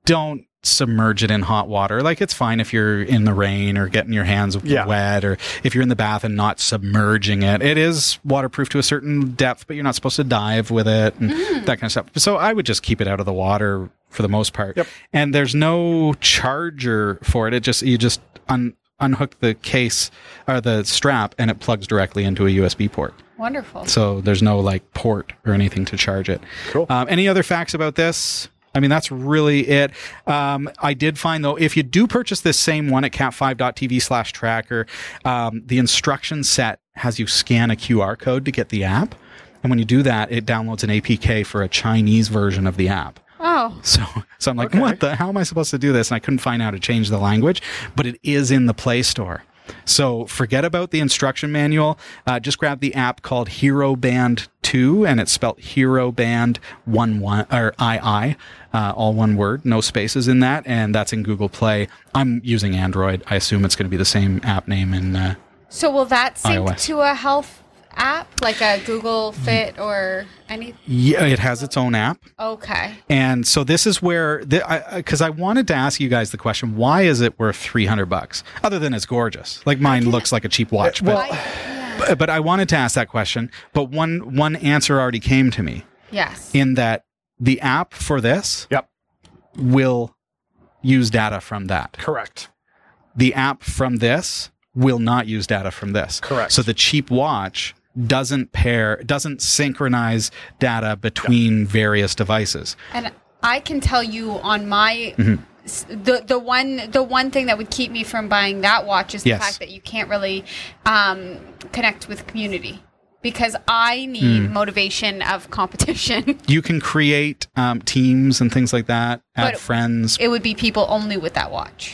S1: don't submerge it in hot water. Like it's fine if you're in the rain or getting your hands
S2: Yeah.
S1: wet or if you're in the bath and not submerging it. It is waterproof to a certain depth, but you're not supposed to dive with it and
S3: Mm.
S1: that kind of stuff. So I would just keep it out of the water for the most part.
S2: Yep.
S1: And there's no charger for it. It just you just un- unhook the case or the strap and it plugs directly into a USB port.
S3: Wonderful.
S1: So there's no like port or anything to charge it. Cool. Um, any other facts about this? I mean, that's really it. Um, I did find though, if you do purchase this same one at cat5.tv slash tracker, um, the instruction set has you scan a QR code to get the app. And when you do that, it downloads an APK for a Chinese version of the app.
S3: Oh,
S1: So, so I'm like, what the? How am I supposed to do this? And I couldn't find out how to change the language, but it is in the Play Store. So forget about the instruction manual. Uh, just grab the app called Hero Band Two, and it's spelled Hero Band One One or II, uh, all one word, no spaces in that, and that's in Google Play. I'm using Android. I assume it's going to be the same app name in uh,
S3: so will that sync
S1: iOS.
S3: to a health app, like a Google Fit or any?
S1: yeah, it has its own app.
S3: Okay.
S1: And so this is where, because I, I, 'cause I wanted to ask you guys the question: Why is it worth three hundred bucks? Other than it's gorgeous, like mine looks like a cheap watch. But, but but I wanted to ask that question. But one one answer already came to me
S3: Yes.
S1: in that the app for this
S2: Yep.
S1: will use data from that.
S2: Correct.
S1: The app from this will not use data from this.
S2: Correct.
S1: So the cheap watch doesn't pair doesn't synchronize data between various devices.
S3: And I can tell you on my
S1: Mm-hmm.
S3: s the the one the one thing that would keep me from buying that watch is the
S1: Yes.
S3: fact that you can't really um, connect with community because I need
S1: Hmm.
S3: motivation of competition.
S1: you can create um, teams and things like that add
S3: But-
S1: friends
S3: it would be people only with that watch.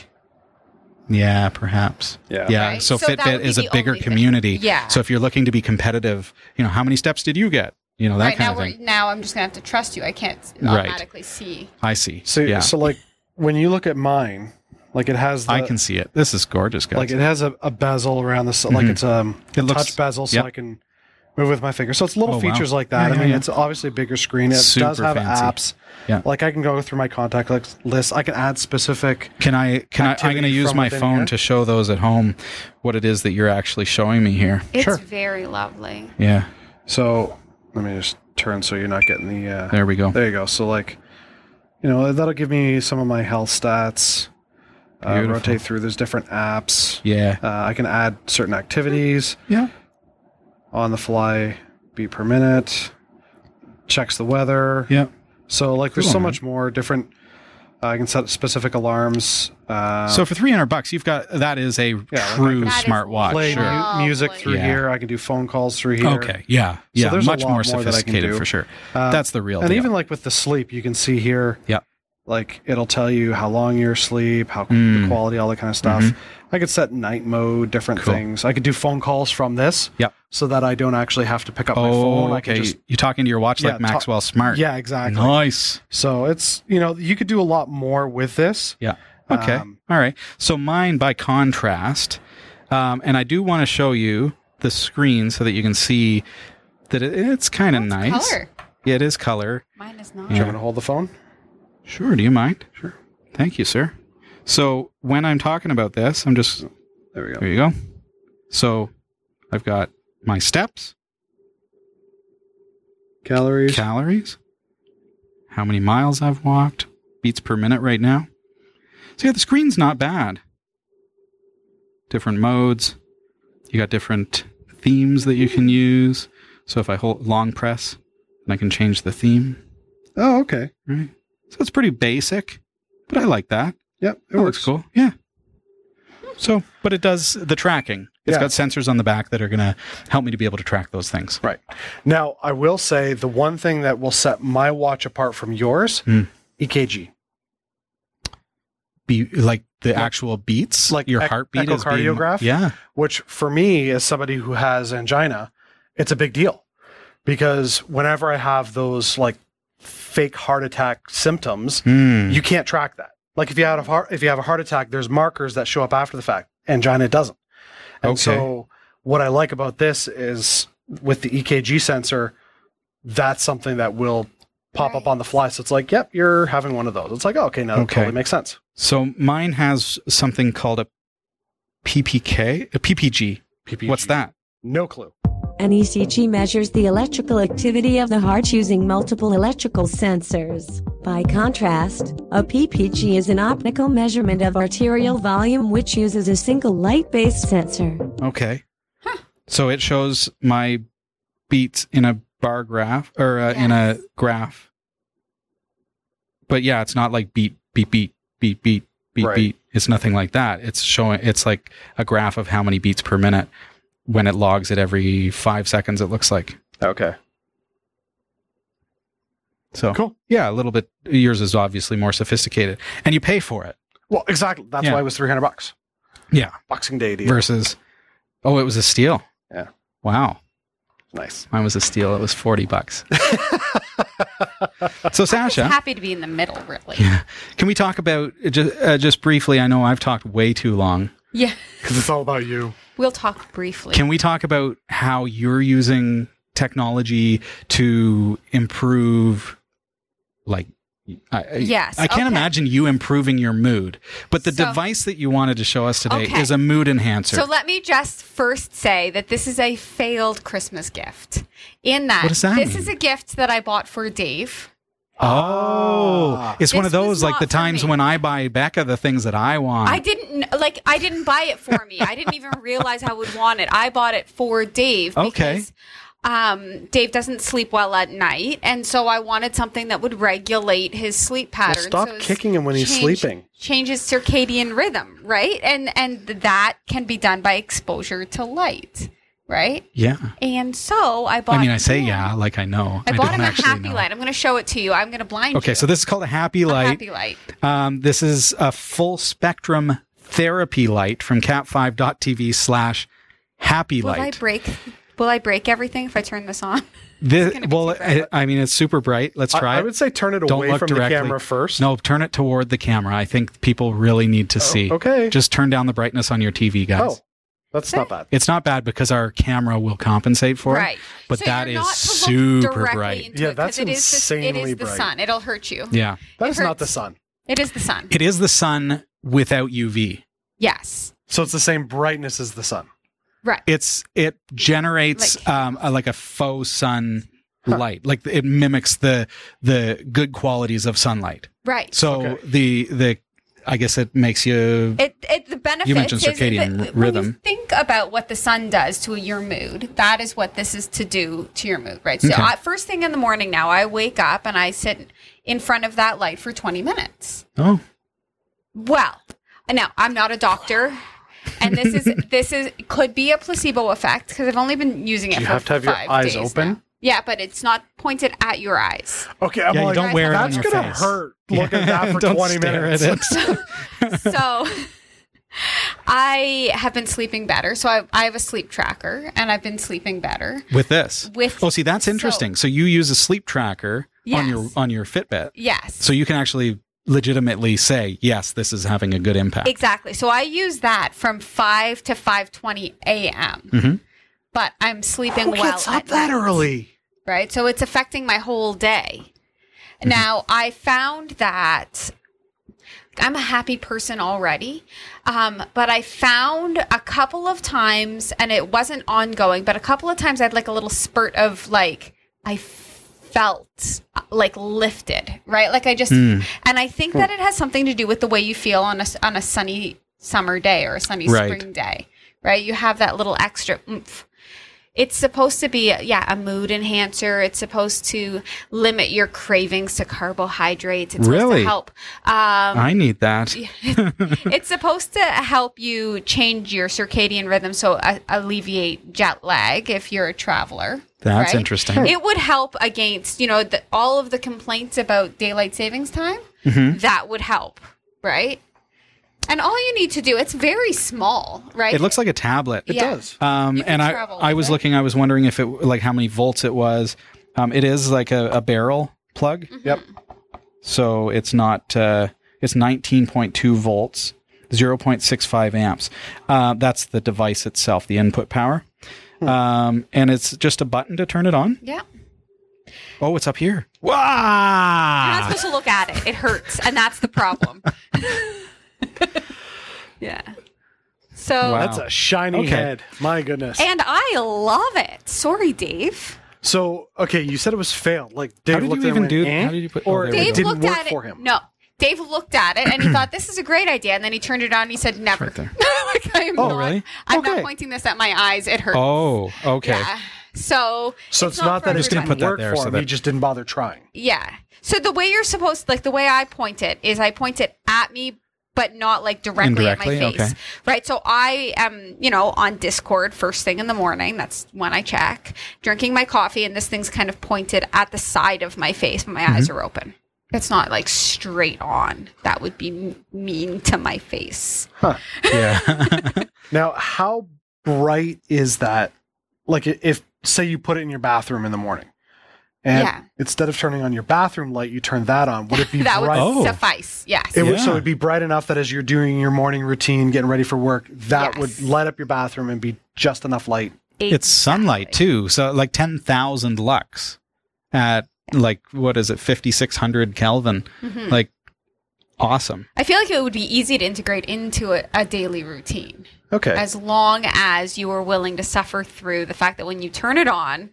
S1: yeah perhaps
S2: Yeah.
S1: yeah
S3: Right.
S1: so,
S3: So that would
S1: fitbit
S3: be
S1: is a
S3: the
S1: bigger
S3: only thing.
S1: community
S3: Yeah.
S1: so if you're looking to be competitive you know how many steps did you get you know that
S3: right
S1: kind
S3: now,
S1: of
S3: we're,
S1: thing
S3: now I'm just gonna have to trust you. I can't s-
S1: Right.
S3: automatically see.
S1: i see
S2: So
S1: yeah
S2: so like when you look at mine, like it has the,
S1: i can see it this is gorgeous guys
S2: like it has a, a bezel around the s like it's um
S1: Mm-hmm. It looks-
S2: touch bezel so
S1: yep.
S2: I can move with my finger. So it's little
S1: Oh, wow.
S2: features like
S1: Yeah,
S2: that. I
S1: yeah,
S2: mean,
S1: yeah.
S2: it's obviously a bigger screen. It does
S1: Super
S2: have
S1: fancy.
S2: apps.
S1: Yeah.
S2: Like I can go through my contact list- list. I can add specific.
S1: can i can i i'm going to
S2: activity
S1: use
S2: from
S1: my
S2: within
S1: phone
S2: here.
S1: to show those at home what it is that you're actually showing me here
S3: It's
S2: Sure.
S3: very lovely.
S1: yeah
S2: So let me just turn so you're not getting the. Uh,
S1: there we go
S2: There you go. So like, you know, that'll give me some of my health stats. Uh,
S1: Beautiful.
S2: rotate through. There's different apps.
S1: yeah
S2: Uh, I can add certain activities
S1: yeah
S2: on the fly, beat per minute. Checks the weather.
S1: yeah
S2: So like, there's
S1: Cool,
S2: so
S1: man.
S2: much more different. Uh, I can set specific alarms. Uh,
S1: so for 300 bucks you've got that is a
S2: like I
S1: true
S2: can-
S3: That is
S1: smartwatch
S2: play
S1: sure.
S2: mu- music
S3: Lovely.
S2: through
S1: Yeah.
S2: here. I can do phone calls through here.
S1: Okay, yeah, yeah,
S2: there's a
S1: much
S2: lot
S1: more
S2: more that I can
S1: sophisticated
S2: do.
S1: for sure.
S2: Uh,
S1: That's the real
S2: And
S1: deal.
S2: even like with the sleep, you can see here.
S1: yeah,
S2: like it'll tell you how long you're asleep, how
S1: Hmm.
S2: the
S1: Mm-hmm.
S2: quality, all that kind of stuff. I could set night mode, different things. I could do phone calls from this.
S1: Yep.
S2: so that I don't actually have to pick up my
S1: Oh,
S2: phone. I can
S1: okay.
S2: just
S1: You're talking to your watch
S2: Yeah,
S1: like
S2: ta-
S1: Maxwell Smart.
S2: yeah, exactly.
S1: Nice.
S2: So it's you know you could do a lot more with this.
S1: Yeah. Okay.
S2: Um,
S1: All right. So mine, by contrast, um, and I do want to show you the screen so that you can see that it, it's kind of nice.
S3: Oh, Color.
S1: Yeah, it is color.
S3: Mine is
S2: Do you
S3: not.
S2: want to hold the phone?
S1: Sure. Do you mind? Sure. Thank you, sir. So when I'm talking about this, I'm just
S2: There we go.
S1: there. You go. So I've got my steps,
S2: Calories.
S1: calories, how many miles I've walked, beats per minute right now. So yeah, the screen's not bad. Different modes. You got different themes that you can use. So if I hold long press, then I can change the theme.
S2: oh, okay.
S1: Right. So it's pretty basic, but I like that.
S2: Yep, it
S1: That
S2: works.
S1: looks cool. Yeah. So, but it does the tracking. It's
S2: Yeah.
S1: got sensors on the back that are going to help me to be able to track those things.
S2: Right. Now, I will say the one thing that will set my watch apart from yours, E
S1: Hmm.
S2: EKG.
S1: Be like the actual beats,
S2: Like
S1: your
S2: ec-
S1: heartbeat is being-
S2: echocardiograph?
S1: yeah.
S2: which for me, as somebody who has angina, it's a big deal because whenever I have those like fake heart attack symptoms,
S1: Hmm.
S2: you can't track that. Like if you had a heart, if you have a heart attack, there's markers that show up after the fact. Angina doesn't. And
S1: Okay.
S2: so, what I like about this is with the EKG sensor, that's something that will pop up
S3: Right.
S2: on the fly. So it's like, yep, you're having one of those. It's like, oh, okay, now that
S1: Okay.
S2: totally makes sense.
S1: So mine has something called a PPK, a PPG.
S2: PPG.
S1: What's that?
S2: No clue.
S4: An ECG measures the electrical activity of the heart using multiple electrical sensors. By contrast, a PPG is an optical measurement of arterial volume which uses a single light based sensor.
S1: Okay. So it shows my beats in a bar graph or uh, in a
S3: Yes.
S1: graph. But yeah, it's not like beat beat beat beat beat beat
S2: Right.
S1: beat. It's nothing like that. It's showing it's like a graph of how many beats per minute when it logs it every 5 seconds it looks like.
S2: Okay.
S1: So
S2: Cool.
S1: Yeah, a little bit yours is obviously more sophisticated and you pay for it.
S2: Well, exactly. That's
S1: Yeah.
S2: why it was 300 bucks.
S1: Yeah.
S2: Boxing Day deal.
S1: versus oh it was a steal
S2: Yeah.
S1: wow
S2: Nice.
S1: mine was a steal it was 40 bucks so sasha
S3: Happy to be in the middle, really.
S1: yeah. can we talk about just, uh, just briefly i know i've talked way too long
S3: Yeah.
S2: Because it's all about you.
S3: We'll talk briefly.
S1: can we talk about how you're using technology to improve like I, I-
S3: Yes,
S1: I can't
S3: okay.
S1: imagine you improving your mood, but the
S3: So-
S1: device that you wanted to show us today
S3: Okay.
S1: is a mood enhancer.
S3: so let me just first say that this is a failed Christmas gift. In that,
S1: What does that
S3: this
S1: mean?
S3: is a gift that I bought for Dave.
S1: oh,
S2: Ah.
S1: it's one of
S3: This was
S1: those like
S3: not
S1: the
S3: for
S1: times
S3: me.
S1: when I buy Becca the things that I want.
S3: I didn't kn- like. I didn't buy it for me. I didn't even realize I would want it. I bought it for Dave.
S1: Okay.
S3: Because, um, Dave doesn't sleep well at night, and so I wanted something that would regulate his sleep pattern.
S2: stop
S3: so it's
S2: kicking him when he's sleeping.
S3: Change his circadian rhythm, right? And and that can be done by exposure to light, right?
S1: Yeah.
S3: And so I bought.
S1: I mean, I say
S3: him-
S1: yeah, like I know.
S3: I bought
S1: don't
S3: him a
S1: actually
S3: happy
S1: know.
S3: light. I'm going to show it to you. I'm going to blind you.
S1: Okay, so this is called a happy
S3: A
S1: light.
S3: happy light.
S1: Um, this is a full spectrum therapy light from cat5.tv slash happy
S3: Will I
S1: light.
S3: break? Will I break everything if I turn this on?
S1: Thi-
S3: gonna be
S1: well,
S3: too
S1: I,
S3: bright.
S1: I mean, it's super bright. Let's
S2: I-
S1: try
S2: I,
S1: it.
S2: would say turn it
S1: Don't
S2: away
S1: look
S2: from
S1: directly.
S2: the camera first.
S1: No, turn it toward the camera. I think people really need to see.
S2: Oh, okay.
S1: Just turn down the brightness on your TV, guys.
S2: Oh, that's not bad.
S1: It's not bad because our camera will compensate for
S3: right.
S1: it. But
S3: So
S1: that
S3: you're
S1: is
S3: not to look
S1: super
S3: directly
S1: bright.
S3: into
S2: Yeah,
S3: it, 'cause
S2: that's
S3: it is the- It
S2: insanely
S3: is the
S2: bright.
S3: sun. It'll hurt you.
S1: Yeah.
S2: That
S3: It
S2: is not the
S3: hurts.
S2: sun.
S3: It is the sun.
S1: It is the sun without UV.
S3: yes.
S2: So it's the same brightness as the sun.
S3: Right.
S1: it's it generates
S3: Like-
S1: um a, like a faux sun light like it mimics the the good qualities of sunlight
S3: Right.
S1: so
S2: Okay.
S1: the the i guess it makes you
S3: it, it the benefits
S1: You mentioned
S3: is that
S1: circadian
S3: when
S1: rhythm.
S3: you think about what the sun does to your mood that is what this is to do to your mood right so
S1: Okay.
S3: I, first thing in the morning now i wake up and i sit in front of that light for 20 minutes
S1: oh
S3: Well, now I'm not a doctor, and this is this is could be a placebo effect because I've only been using it.
S2: You
S3: for
S2: have to have your
S3: five
S2: eyes
S3: days
S2: open?
S3: now. Yeah, but it's not pointed at your eyes.
S2: Okay, I'm
S1: yeah you
S2: like,
S1: don't wear it on
S2: that's
S1: your
S2: gonna
S1: face
S2: hurt looking at that for
S1: Don't
S2: 20
S1: stare
S2: minutes.
S1: at it.
S3: So, I have been sleeping better. So I, I have a sleep tracker and I've been sleeping better.
S1: with this.
S3: With-
S1: oh, see, that's
S3: so-
S1: interesting. So, you use a sleep tracker on your
S3: Yes.
S1: on your Fitbit,
S3: Yes.
S1: so you can actually legitimately say, yes, this is having a good impact.
S3: Exactly. So I use that from 5 to 5:20 a.m. But I'm sleeping
S2: Mm-hmm. Who
S3: well.
S2: gets
S3: at
S2: up that
S3: night,
S2: early?
S3: Right? So it's affecting my whole day. Now, I found that I'm a happy person already. Um, but I found a couple of times and it wasn't ongoing, but a couple of times I had like a little spurt of like I felt uh, like lifted, right? Like I just, and I think that it has something to do with the way you feel on a s- on a sunny summer day or a sunny
S1: Right.
S3: spring day, right? You have that little extra oomph. It's supposed to be, yeah, a mood enhancer. It's supposed to limit your cravings to carbohydrates. It's supposed
S1: Really?
S3: to help. Um,
S1: I need that.
S3: it's supposed to help you change your circadian rhythm, so uh, alleviate jet lag if you're a traveler.
S1: That's
S3: right?
S1: interesting.
S3: It would help against, you know, the, all of the complaints about daylight savings time.
S1: Mm-hmm.
S3: That would help, right? And all you need to do, it's very small, right?
S1: It looks like a tablet.
S3: It Yeah. does.
S1: Um,
S3: You can
S1: and I,
S3: travel
S1: I
S3: with
S1: was
S3: it.
S1: looking. I was wondering if it like how many volts it was. Um, it is like a, a barrel plug.
S3: Mm-hmm.
S2: Yep.
S1: So it's not. Uh, it's nineteen point two volts, zero point six five amps. Uh, that's the device itself, the input power. Um, and it's just a button to turn it on.
S3: Yeah.
S1: Oh, it's up here.
S3: You're
S1: Wow!
S3: not supposed to look at it. It hurts, and that's the problem. yeah. So,
S1: Wow.
S2: That's a shiny
S1: Okay.
S2: head. My goodness.
S3: and I love it. Sorry, Dave.
S2: so, okay, you said it was failed. Like Dave
S1: did
S2: looked
S1: you
S2: at it and
S1: even do-
S2: went, eh?
S1: how did you put- oh,
S2: or
S1: there
S2: it
S1: we go.
S3: Dave
S2: didn't
S3: looked
S2: work
S3: at it.
S2: for him?
S3: No, Dave looked at it and he thought this is a great idea, and then he turned it on. and He said, "Never."
S1: right there.
S3: Like, I am
S1: Oh,
S3: not,
S1: really?
S3: I'm not
S2: Okay.
S3: pointing this at my eyes. It hurts.
S1: Oh, okay.
S3: Yeah. So,
S2: So it's, not,
S3: for
S2: that it
S1: Just gonna
S2: didn't
S3: everybody.
S1: put that
S2: work
S1: there
S2: for
S1: so
S2: him.
S1: that-
S2: He just didn't bother trying.
S3: Yeah. So the way you're supposed, like the way I point it is, I point it at me, but not like directly at my
S1: Indirectly,
S3: face,
S1: okay.
S3: right? So I am, you know, on Discord first thing in the morning. That's when I check, drinking my coffee, and this thing's kind of pointed at the side of my face, but my eyes
S1: Mm-hmm.
S3: are open. It's not like straight on. That would be m- mean to my face.
S1: Yeah.
S2: Now, how bright is that? Like, i- if say you put it in your bathroom in the morning, and
S3: Yeah.
S2: instead of turning on your bathroom light, you turn that on. Would it be
S3: That would
S2: bright?
S1: Oh.
S3: suffice. Yes.
S2: It would, so
S1: Yeah.
S2: it'd be bright enough that as you're doing your morning routine, getting ready for work, that
S3: Yes.
S2: would light up your bathroom and be just enough light.
S1: it's sunlight
S3: Exactly.
S1: too. So like ten thousand lux at like what is it fifty six hundred Kelvin?
S3: Mm-hmm.
S1: Like awesome.
S3: I feel like it would be easy to integrate into a, a daily routine.
S2: Okay.
S3: as long as you are willing to suffer through the fact that when you turn it on,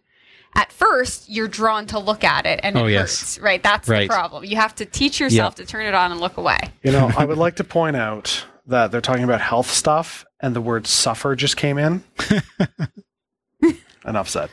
S3: at first you're drawn to look at it and
S1: Oh,
S3: it
S1: yes.
S3: hurts, right? That's
S1: Right.
S3: the problem. You have to teach yourself
S1: Yeah.
S3: to turn it on and look away.
S2: you know, I would like to point out that they're talking about health stuff, and the word "suffer" just came in. enough said.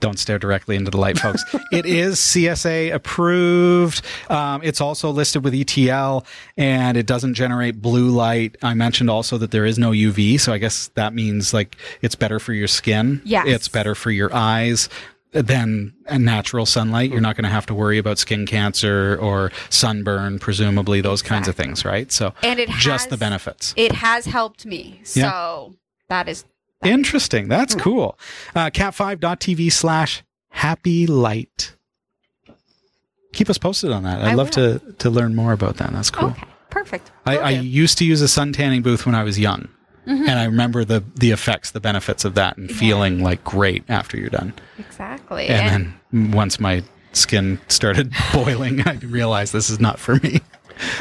S1: Don't stare directly into the light, folks. it is CSA approved. Um, it's also listed with ETL, and it doesn't generate blue light. I mentioned also that there is no UV, so I guess that means like it's better for your skin.
S3: Yes.
S1: it's better for your eyes than a natural sunlight. You're not going to have to worry about skin cancer or sunburn, presumably those kinds of things, right? So
S3: And it
S1: just
S3: has-
S1: the benefits.
S3: It has helped me. So that is
S1: Interesting.
S3: Hmm.
S1: That's cool. Uh, cat5.tv slash happy light. Keep us posted on that. I'd
S3: I
S1: love
S3: will.
S1: to, to learn more about that. That's cool.
S3: okay. Perfect.
S1: I,
S3: Will
S1: I
S3: do. Mm-hmm.
S1: used to use a sun tanning booth when I was young. And I remember the, the effects, the benefits of that, and feeling like great after you're done.
S3: exactly. And-
S1: And then mm, once my skin started boiling, I realized this is not for me.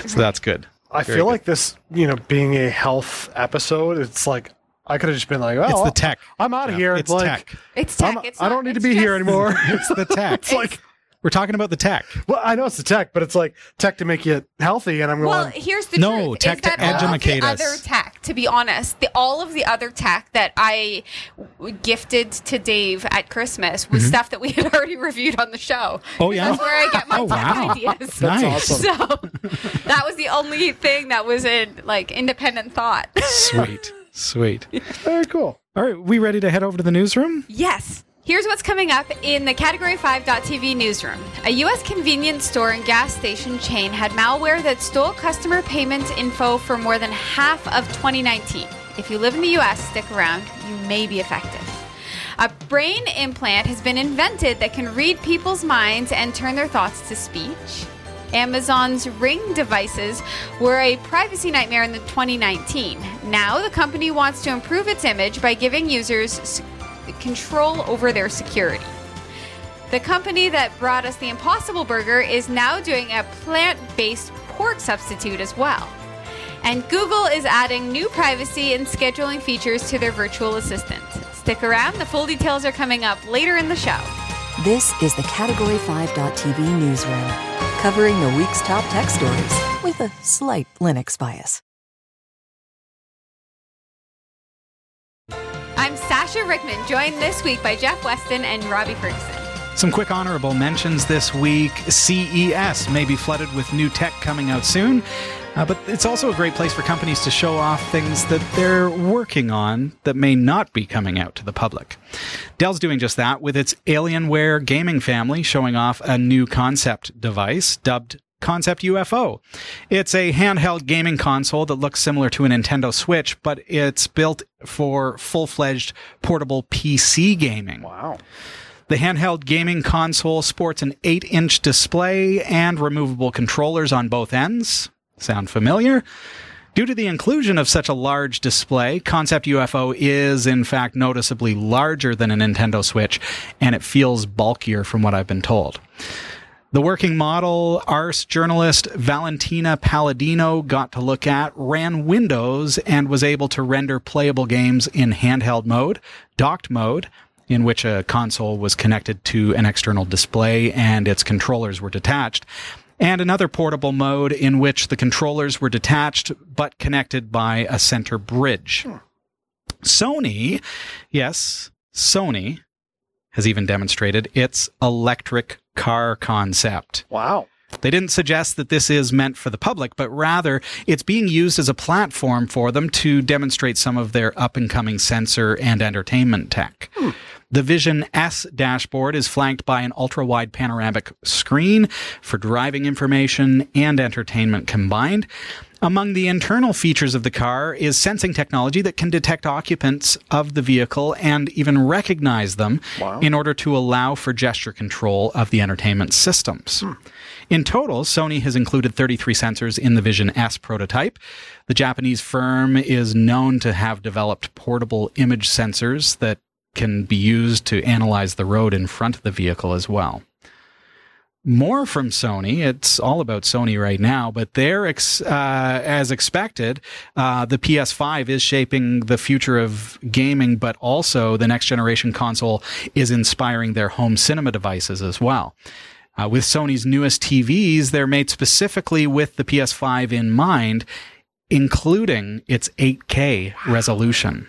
S1: So that's good.
S2: I
S1: Very
S2: feel
S1: good.
S2: like this, you know, being a health episode, it's like I could have just been like, "Oh,
S1: It's the tech,
S2: I'm out of
S1: Jeff.
S2: here."
S1: It's
S2: like,
S1: tech.
S3: it's
S2: I'm-
S3: tech. It's
S2: I
S3: not-
S2: don't need to
S3: it's
S2: be here
S3: just-
S2: anymore.
S1: It's the tech.
S2: it's like,
S1: We're talking about the tech.
S2: well, I know it's the tech, but it's like tech to make you healthy, and I'm
S3: Well,
S2: going.
S3: here's the
S1: No,
S3: truth.
S1: tech
S3: is
S1: to
S3: that all of
S1: educate
S3: the
S1: us.
S3: other tech, to be honest, the, all of the other tech that I w- gifted to Dave at Christmas was stuff that we had already reviewed on the show.
S1: Mm-hmm. Oh, yeah?
S3: that's where I get my
S1: Oh,
S3: tech
S1: wow.
S3: ideas.
S1: Nice.
S3: So that was the only thing that was in like independent thought.
S1: Sweet. Sweet.
S2: Very cool.
S1: All right, we ready to head over to the newsroom?
S3: yes. Here's what's coming up in the Category 5.tv newsroom. A U.S. convenience store and gas station chain had malware that stole customer payments info for more than half of 2019. If you live in the U.S., stick around. You may be affected. A brain implant has been invented that can read people's minds and turn their thoughts to speech. Amazon's Ring devices were a privacy nightmare in the 2019. Now the company wants to improve its image by giving users s- control over their security. The company that brought us the Impossible Burger is now doing a plant-based pork substitute as well. And Google is adding new privacy and scheduling features to their virtual assistant. Stick around, the full details are coming up later in the show.
S5: This is the Category 5.tv newsroom, covering the week's top tech stories with a slight Linux bias.
S3: I'm Sasha Rickman, joined this week by Jeff Weston and Robbie Ferguson.
S1: Some quick honorable mentions this week. CES may be flooded with new tech coming out soon, uh, but it's also a great place for companies to show off things that they're working on that may not be coming out to the public. Dell's doing just that with its Alienware gaming family showing off a new concept device dubbed Concept UFO. It's a handheld gaming console that looks similar to a Nintendo Switch, but it's built for full fledged portable PC gaming.
S2: Wow.
S1: The handheld gaming console sports an 8 inch display and removable controllers on both ends. Sound familiar? Due to the inclusion of such a large display, Concept UFO is in fact noticeably larger than a Nintendo Switch, and it feels bulkier from what I've been told. The working model, Ars journalist Valentina Palladino got to look at, ran Windows and was able to render playable games in handheld mode, docked mode, in which a console was connected to an external display and its controllers were detached, and another portable mode in which the controllers were detached but connected by a center bridge. Sony, yes, Sony has even demonstrated its electric car concept.
S2: Wow.
S1: They didn't suggest that this is meant for the public, but rather it's being used as a platform for them to demonstrate some of their up and coming sensor and entertainment tech. The Vision S dashboard is flanked by an ultra wide panoramic screen for driving information and entertainment combined. Among the internal features of the car is sensing technology that can detect occupants of the vehicle and even recognize them in order to allow for gesture control of the entertainment systems. In total, Sony has included 33 sensors in the Vision S prototype. The Japanese firm is known to have developed portable image sensors that can be used to analyze the road in front of the vehicle as well more from Sony. It's all about Sony right now, but they're ex- uh, as expected. Uh, the PS5 is shaping the future of gaming, but also the next generation console is inspiring their home cinema devices as well. Uh, with Sony's newest TVs, they're made specifically with the PS5 in mind, including its 8K resolution.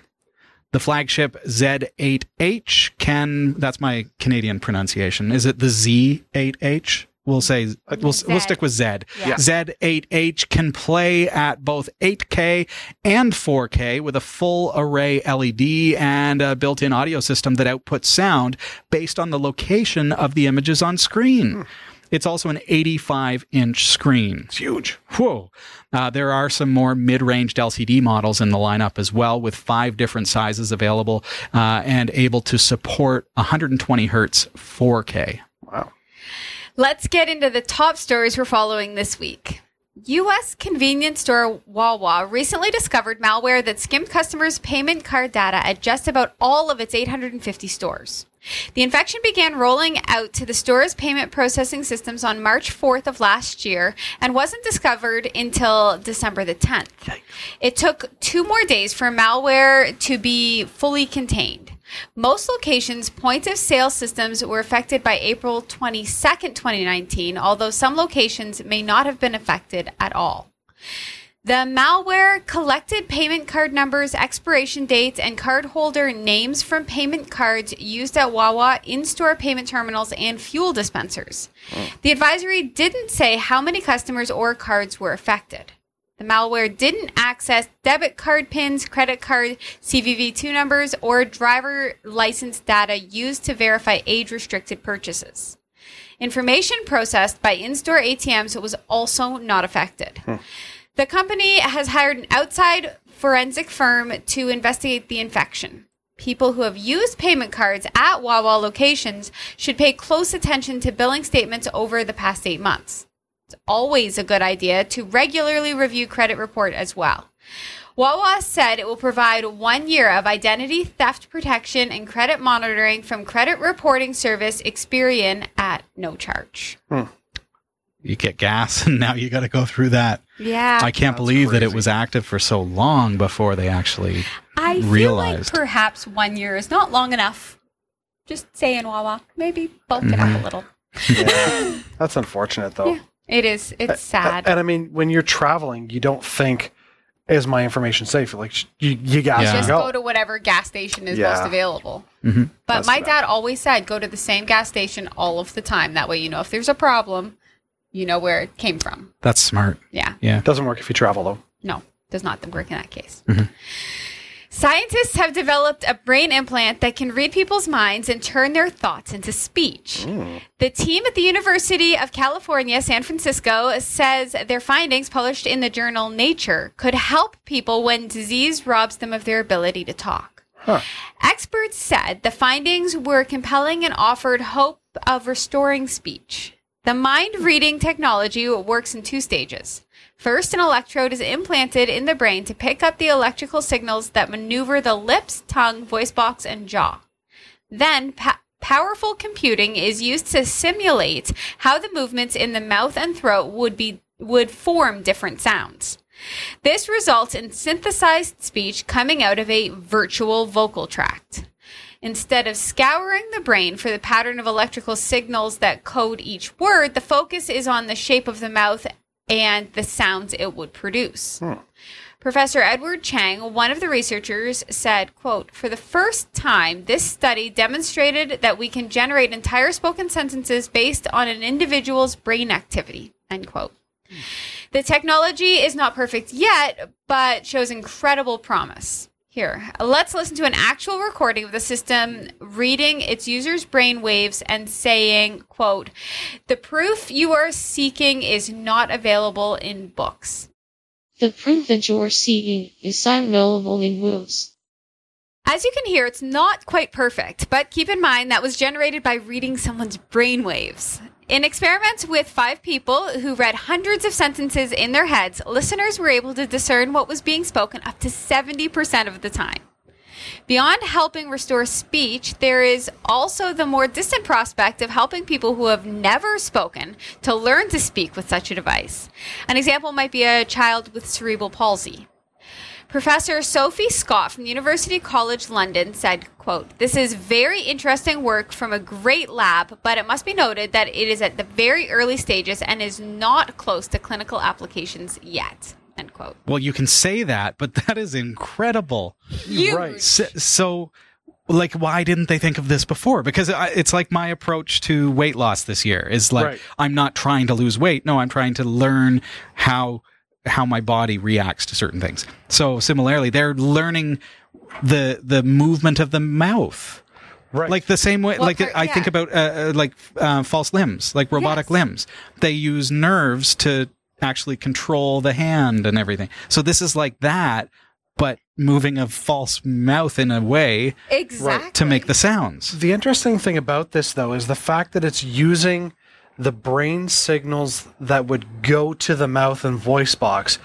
S1: The flagship Z8H can that's my Canadian pronunciation. Is it the Z8H? We'll say we'll, we'll stick with Z.
S3: Yeah.
S1: Z8H can play at both 8K and 4K with a full array LED and a built-in audio system that outputs sound based on the location of the images on screen. It's also an 85 inch screen. It's huge. Whoa. Uh, there are some more mid ranged LCD models in the lineup as well, with five different sizes available uh, and able to support 120 hertz 4K.
S3: Let's get into the top stories we're following this week. U.S. convenience store Wawa recently discovered malware that skimmed customers' payment card data at just about all of its 850 stores. The infection began rolling out to the store's payment processing systems on March 4th of last year and wasn't discovered until December the 10th. It took two more days for malware to be fully contained. Most locations' point of sale systems were affected by April 22, 2019, although some locations may not have been affected at all. The malware collected payment card numbers, expiration dates, and cardholder names from payment cards used at Wawa in store payment terminals and fuel dispensers. The advisory didn't say how many customers or cards were affected. The The malware didn't access debit card pins, credit card CVV2 numbers, or driver license data used to verify age restricted purchases. Information processed by in store ATMs was also not affected. The company has hired an outside forensic firm to investigate the infection. People who have used payment cards at Wawa locations should pay close attention to billing statements over the past eight months. It's always a good idea to regularly review credit report as well. Wawa said it will provide one year of identity theft protection and credit monitoring from credit reporting service Experian at no charge.
S1: You get gas, and now you got to go through that.
S3: Yeah.
S1: I can't
S2: That's
S1: believe that it
S2: crazy.
S1: was active for so long before they actually.
S3: I feel like
S1: realized.
S3: perhaps one year is not long enough. Just saying, Wawa. Maybe bulk it
S2: Mm-hmm.
S3: up a little.
S2: Yeah. That's unfortunate, though.
S3: It is. It's sad.
S2: A- And I mean, when you're traveling, you don't think, "Is my information safe?" You're Like sh- you, you got
S1: Yeah.
S2: to
S3: Just
S2: go.
S3: go to whatever gas station is
S2: Yeah. Mm-hmm.
S3: most available.
S1: Mhm.
S3: But
S2: That's
S3: my
S2: bad.
S3: dad always said, go to the same gas station all of the time. That way, you know if there's a problem, you know where it came from.
S1: That's smart.
S3: Yeah.
S1: Yeah.
S2: Doesn't work if you travel though.
S3: No, does not work in that case.
S2: Mm-hmm.
S3: Scientists have developed a brain implant that can read people's minds and turn their thoughts into speech.
S2: Hmm.
S3: The team at the University of California, San Francisco, says their findings, published in the journal Nature, could help people when disease robs them of their ability to talk. Experts said the findings were compelling and offered hope of restoring speech. The mind reading technology works in two stages. First, an electrode is implanted in the brain to pick up the electrical signals that maneuver the lips, tongue, voice box, and jaw. Then, pa- powerful computing is used to simulate how the movements in the mouth and throat would be would form different sounds. This results in synthesized speech coming out of a virtual vocal tract. Instead of scouring the brain for the pattern of electrical signals that code each word, the focus is on the shape of the mouth and the sounds it would produce. Professor Edward Chang, one of the researchers, said, quote, For the first time, this study demonstrated that we can generate entire spoken sentences based on an individual's brain activity, end quote. The technology is not perfect yet, but shows incredible promise. Here, let's listen to an actual recording of the system reading its user's brain waves and saying, quote, the proof you are seeking is not available in books.
S6: The proof that you are seeking is available in books.
S3: As you can hear, it's not quite perfect, but keep in mind that was generated by reading someone's brainwaves. In experiments with five people who read hundreds of sentences in their heads, listeners were able to discern what was being spoken up to 70% of the time. Beyond helping restore speech, there is also the more distant prospect of helping people who have never spoken to learn to speak with such a device. An example might be a child with cerebral palsy. Professor Sophie Scott from University College London said, quote, This is very interesting work from a great lab, but it must be noted that it is at the very early stages and is not close to clinical applications yet. End quote.
S1: Well, you can say that, but that is incredible.
S3: Huge.
S1: So, so like why didn't they think of this before because I, it's like my approach to weight loss this year is like
S2: Right.
S1: i'm not trying to lose weight no i'm trying to learn how how my body reacts to certain things so similarly they're learning the the movement of the mouth
S2: Right.
S1: like the same way
S3: Well,
S1: like
S3: per-
S1: i think
S3: yeah.
S1: about uh, uh, like uh, false limbs like robotic
S3: Yes.
S1: limbs they use nerves to actually control the hand and everything so this is like that but moving a false mouth in a way
S3: Exactly.
S1: to make the sounds
S2: The interesting thing about this, though, is the fact that it's using the brain signals that would go to the mouth and voice box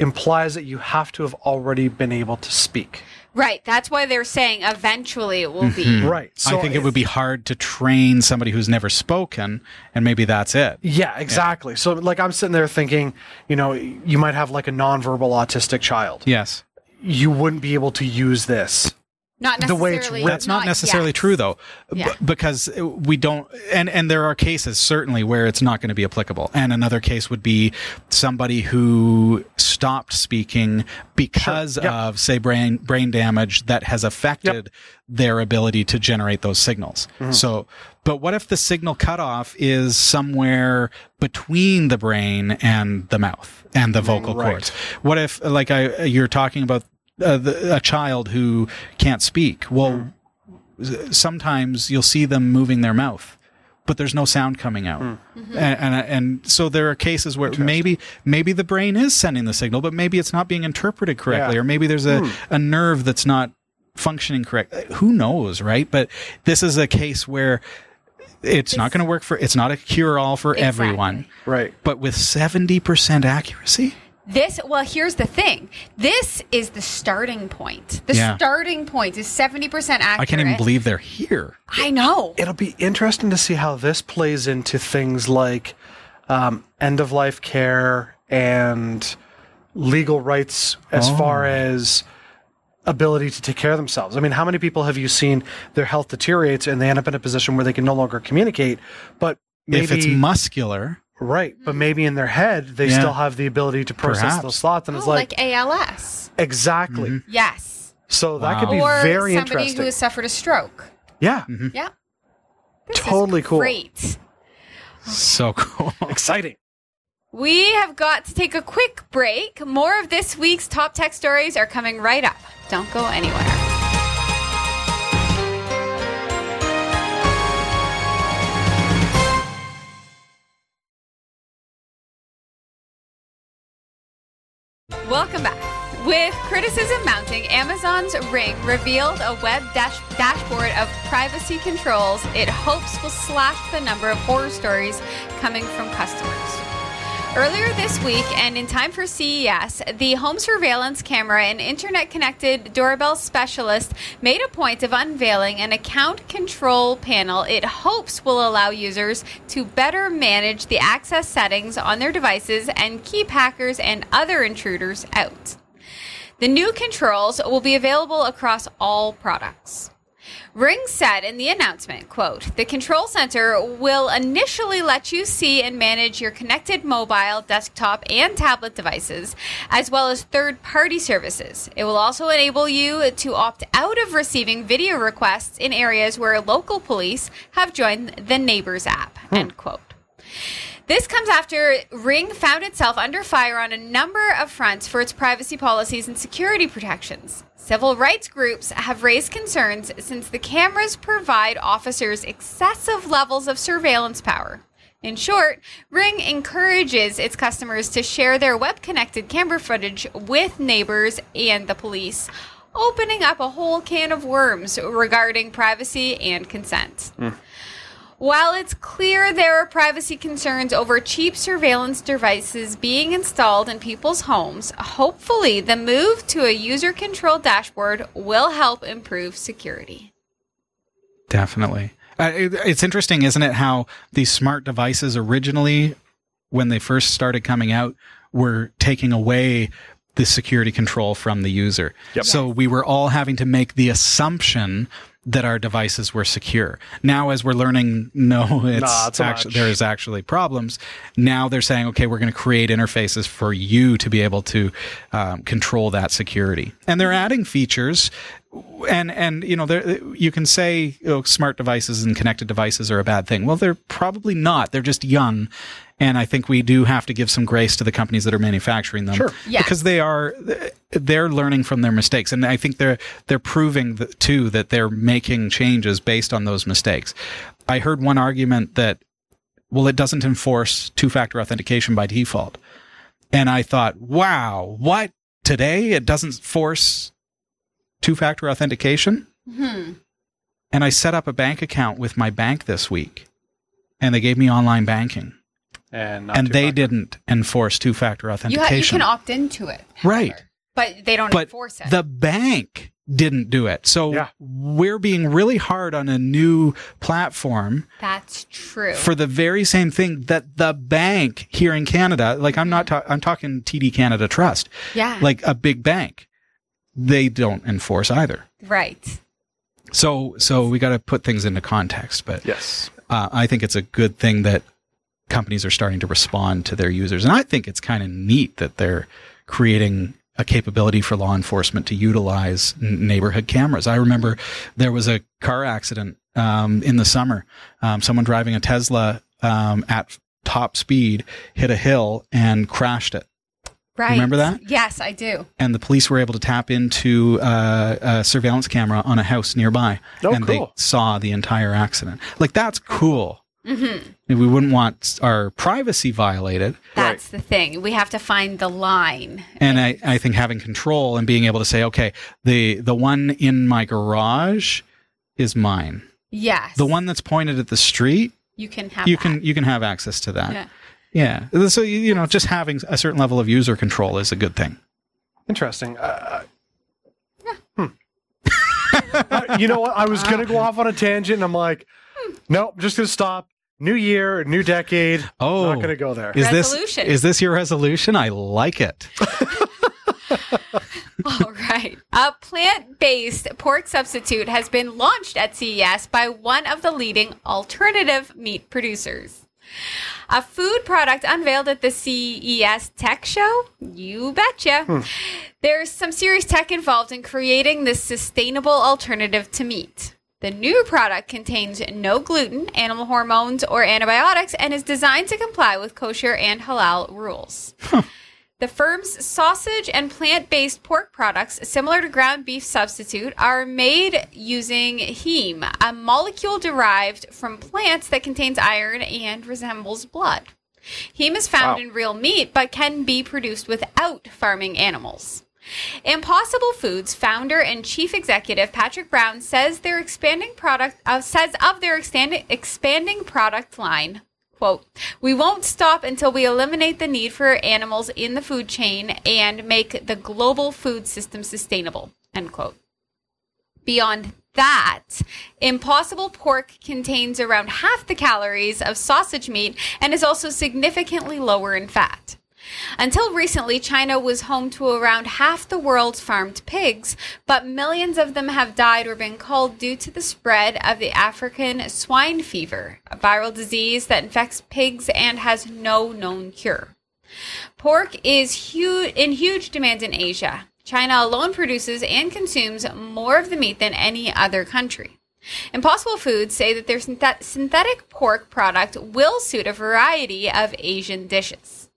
S2: implies that you have to have already been able to speak.
S3: Right. That's why they're saying eventually it will be.
S1: Mm-hmm.
S2: Right.
S1: Hmm. i think it would be hard to train somebody who's never spoken and maybe that's it
S2: Yeah, exactly. So, like, I'm sitting there thinking, you know, you might have like a nonverbal autistic child.
S1: yes
S2: You wouldn't be able to use this.
S3: Not
S2: The way
S3: necessarily.
S2: it's written.
S1: That's not,
S3: yet.
S1: necessarily true though, b-
S3: Yeah.
S1: because we don't. And and there are cases certainly where it's not going to be applicable. And another case would be somebody who stopped speaking because
S2: Yep.
S1: of say brain brain damage that has affected their ability to generate those signals.
S2: Mm-hmm.
S1: So, but what if the signal cutoff is somewhere between the brain and the mouth and the vocal
S2: Right.
S1: cords? What if like I you're talking about uh, the, a child who can't speak? Well
S2: Mm-hmm.
S1: sometimes you'll see them moving their mouth but there's no sound coming out
S2: Hmm.
S3: Mm-hmm.
S1: and, and and so there are cases where maybe maybe the brain is sending the signal but maybe it's not being interpreted correctly
S2: Yeah.
S1: or
S2: Hmm.
S1: maybe there's a, a nerve that's not functioning correct Uh, who knows right but this is a case where it's not going to work for it's not a cure all for
S3: Exactly.
S1: everyone
S2: Right.
S1: but with 70% accuracy
S3: This, well, here's the thing. This is the starting point. The
S1: Yeah.
S3: starting point is 70% accurate.
S1: i can't even believe they're here
S3: I know.
S2: It'll be interesting to see how this plays into things like um, end of life care and legal rights as
S1: Oh.
S2: far as ability to take care of themselves. I mean, how many people have you seen their health deteriorates and they end up in a position where they can no longer communicate, but maybe
S1: if it's muscular
S2: right, but maybe in their head they
S1: Yeah.
S2: still have the ability to process
S1: Perhaps. Mm-hmm.
S2: those thoughts and
S3: Oh,
S2: it's
S3: like,
S2: like,
S3: ALS.
S2: exactly.
S3: Yes.
S2: So that could
S1: Wow.
S2: be
S3: or
S2: very
S3: somebody
S2: interesting.
S3: who has suffered a stroke.
S2: yeah.
S1: Mm-hmm.
S3: Yeah. This is
S2: Totally cool.
S3: Great.
S1: so cool
S2: Exciting.
S3: We have got to take a quick break. More of this week's top tech stories are coming right up. Don't go anywhere. Welcome back. With criticism mounting, Amazon's Ring revealed a web dash- dashboard of privacy controls it hopes will slash the number of horror stories coming from customers. Earlier this week, and in time for CES, the home surveillance camera and internet connected doorbell specialist made a point of unveiling an account control panel it hopes will allow users to better manage the access settings on their devices and keep hackers and other intruders out. The new controls will be available across all products. Ring said in the announcement, quote, "The control center will initially let you see and manage your connected mobile, desktop, and tablet devices, as well as third-party services. It will also enable you to opt out of receiving video requests in areas where local police have joined the Neighbors app." End quote. This comes after Ring found itself under fire on a number of fronts for its privacy policies and security protections. Civil rights groups have raised concerns since the cameras provide officers excessive levels of surveillance power. In short, Ring encourages its customers to share their web connected camera footage with neighbors and the police, opening up a whole can of worms regarding privacy and consent. While it's clear there are privacy concerns over cheap surveillance devices being installed in people's homes, hopefully the move to a user controlled dashboard will help improve security.
S1: Definitely. Uh, it, it's interesting, isn't it, how these smart devices originally, when they first started coming out, were taking away the security control from the user. So we were all having to make the assumption that our devices were secure. Now, as we're learning, no, it's
S2: Not so
S1: actu-
S2: much.
S1: there is actually problems. Now they're saying, okay, we're going to create interfaces for you to be able to um, control that security, and they're adding features and and you know there you can say you know, smart devices and connected devices are a bad thing. Well, they're probably not. They're just young, and I think we do have to give some grace to the companies that are manufacturing them
S2: Sure.
S3: Yeah.
S1: because they are they're learning from their mistakes, and I think they're they're proving that, too that they're making changes based on those mistakes. I heard one argument that well, it doesn't enforce two factor authentication by default, and I thought, wow, what today it doesn't force two factor authentication.
S3: Hmm.
S1: And I set up a bank account with my bank this week, and they gave me online banking,
S2: And, not
S1: and
S2: too
S1: they
S2: much.
S1: didn't enforce two factor
S3: You, ha- you
S1: authentication.
S3: can opt into it.
S1: Right.
S3: But they don't
S1: but
S3: enforce it.
S1: the bank didn't do it. So
S2: Yeah.
S1: we're being really hard on a new platform
S3: That's true.
S1: for the very same thing that the bank here in Canada, like I'm not, ta- I'm talking TD Canada Trust,
S3: yeah.
S1: like a big bank, they don't enforce either.
S3: right.
S1: So so we got to put things into context, but
S2: Yes.
S1: uh, I think it's a good thing that companies are starting to respond to their users. And I think it's kind of neat that they're creating a capability for law enforcement to utilize n- neighborhood cameras. I remember there was a car accident um, in the summer. Um, someone driving a Tesla um, at top speed hit a hill and crashed it.
S3: Right.
S1: Remember that?
S3: Yes, I do.
S1: And the police were able to tap into uh, a surveillance camera on a house nearby,
S2: Oh,
S1: and they
S2: cool.
S1: saw the entire accident. Like that's cool.
S3: hmm
S1: We wouldn't want our privacy violated.
S3: That's the thing. We have to find the line.
S1: And I, I think having control and being able to say, okay, the the one in my garage is mine.
S3: Yes.
S1: The one that's pointed at the street,
S3: you can have.
S1: you
S3: that.
S1: can you can have access to that.
S3: Yeah.
S1: Yeah. So you you know, just having a certain level of user control is a good thing.
S2: Interesting. Uh, hmm. I- you know what? I was gonna go off on a tangent, and I'm like, nope, just gonna stop. New year, new decade.
S1: Oh.
S2: not gonna go there.
S1: Is
S3: Resolution.
S1: this is this your resolution? I like it.
S3: All right. A plant based pork substitute has been launched at CES by one of the leading alternative meat producers. A food product unveiled at the CES Tech Show? You betcha. There's some serious tech involved in creating this sustainable alternative to meat. The new product contains no gluten, animal hormones, or antibiotics and is designed to comply with kosher and halal rules. The firm's sausage and plant based pork products, similar to ground beef substitute, are made using heme, a molecule derived from plants that contains iron and resembles blood. Heme is found
S2: Wow.
S3: in real meat but can be produced without farming animals. Impossible Foods founder and chief executive Patrick Brown says their expanding product uh, says of their expanding expanding product line, quote, "We won't stop until we eliminate the need for animals in the food chain and make the global food system sustainable." End quote. Beyond that, Impossible Pork contains around half the calories of sausage meat and is also significantly lower in fat. Until recently, China was home to around half the world's farmed pigs, but millions of them have died or been culled due to the spread of the African swine fever, a viral disease that infects pigs and has no known cure. Pork is huge in huge demand in Asia. China alone produces and consumes more of the meat than any other country. Impossible Foods say that their synthet- synthetic pork product will suit a variety of Asian dishes.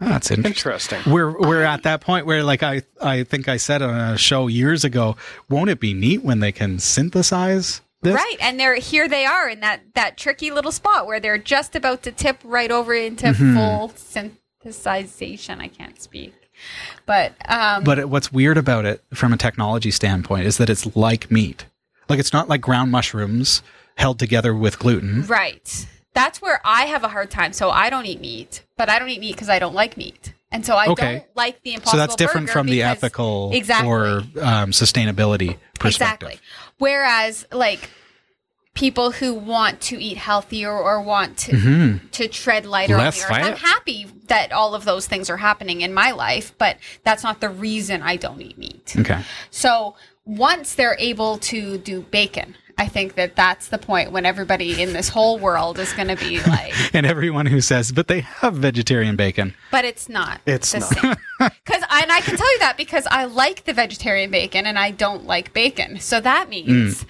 S1: Ah, That's interesting.
S2: Interesting.
S1: We're we're at that point where like I I think I said on a show years ago, won't it be neat when they can synthesize this?
S3: Right, and they're here. They are in that that tricky little spot where they're just about to tip right over into full synthesization. I can't speak, but um,
S1: But it- what's weird about it from a technology standpoint is that it's like meat. Like it's not like ground mushrooms held together with gluten.
S3: right, that's where I have a hard time. So I don't eat meat, but I don't eat meat because I don't like meat, and so I
S1: Okay.
S3: don't like the impossible.
S1: So that's different
S3: burger
S1: from the
S3: because-
S1: ethical
S3: exactly.
S1: or um, sustainability perspective.
S3: Exactly. Whereas, like people who want to eat healthier or want to to tread lighter
S1: Mm-hmm. Less
S3: on the earth, I'm
S1: fat.
S3: happy that all of those things are happening in my life, but that's not the reason I don't eat meat.
S1: Okay.
S3: So once they're able to do bacon, I think that that's the point when everybody in this whole world is going to be like,
S1: And everyone who says, but they have vegetarian bacon.
S3: but it's not.
S2: It's
S3: the
S2: not.
S3: same. Because and I can tell you that because I like the vegetarian bacon and I don't like bacon, so that means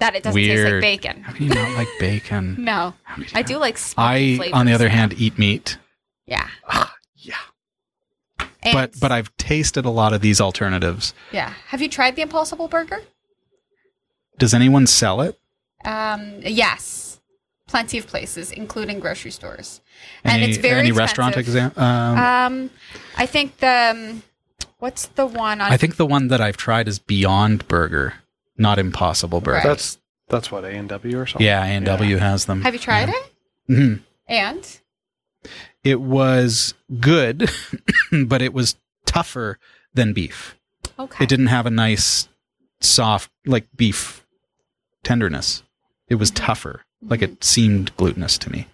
S3: that it doesn't
S1: Hmm. Weird.
S3: taste like bacon.
S1: How do you not like bacon?
S3: No, I do like spicy
S1: I,
S3: flavors.
S1: on the other hand, eat meat,
S3: yeah,
S2: Yeah.
S3: and,
S1: but but I've tasted a lot of these alternatives.
S3: yeah. Have you tried the Impossible Burger?
S1: Does anyone sell it?
S3: Um, yes, plenty of places, including grocery stores,
S1: Any,
S3: and it's very
S1: any
S3: expensive.
S1: restaurant exam? Um,
S3: Um, I think the um, what's the one on?
S1: I think the one that I've tried is Beyond Burger, not Impossible Burger.
S3: Right.
S2: That's that's what A and W or something.
S1: Yeah, A and W has them.
S3: Have you tried it?
S1: Mhm.
S3: And
S1: It was good, but it was tougher than beef.
S3: okay,
S1: It didn't have a nice, soft like beef tenderness. It was
S3: Mm-hmm.
S1: tougher. Like it seemed glutinous to me.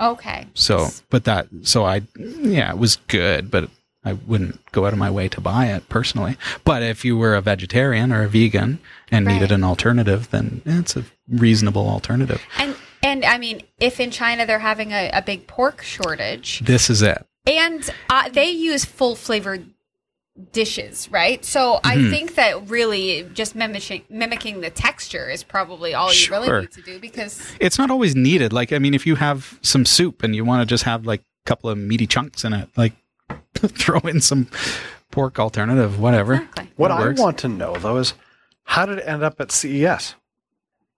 S3: okay.
S1: So, but that so I yeah, it was good, but I wouldn't go out of my way to buy it personally. But if you were a vegetarian or a vegan and
S3: Right.
S1: needed an alternative, then it's a reasonable alternative.
S3: And and I mean, if in China they're having a, a big pork shortage,
S1: This is it.
S3: and uh, they use full flavored dishes, right? So
S1: Mm-hmm.
S3: I think that really just mimicking mimicking the texture is probably all you
S1: Sure.
S3: really need to do because
S1: It's not always needed. Like, I mean, if you have some soup and you want to just have like a couple of meaty chunks in it, like throw in some pork alternative, whatever.
S3: Exactly.
S2: What
S1: That
S2: I
S1: works.
S2: want to know though is how did it end up at CES?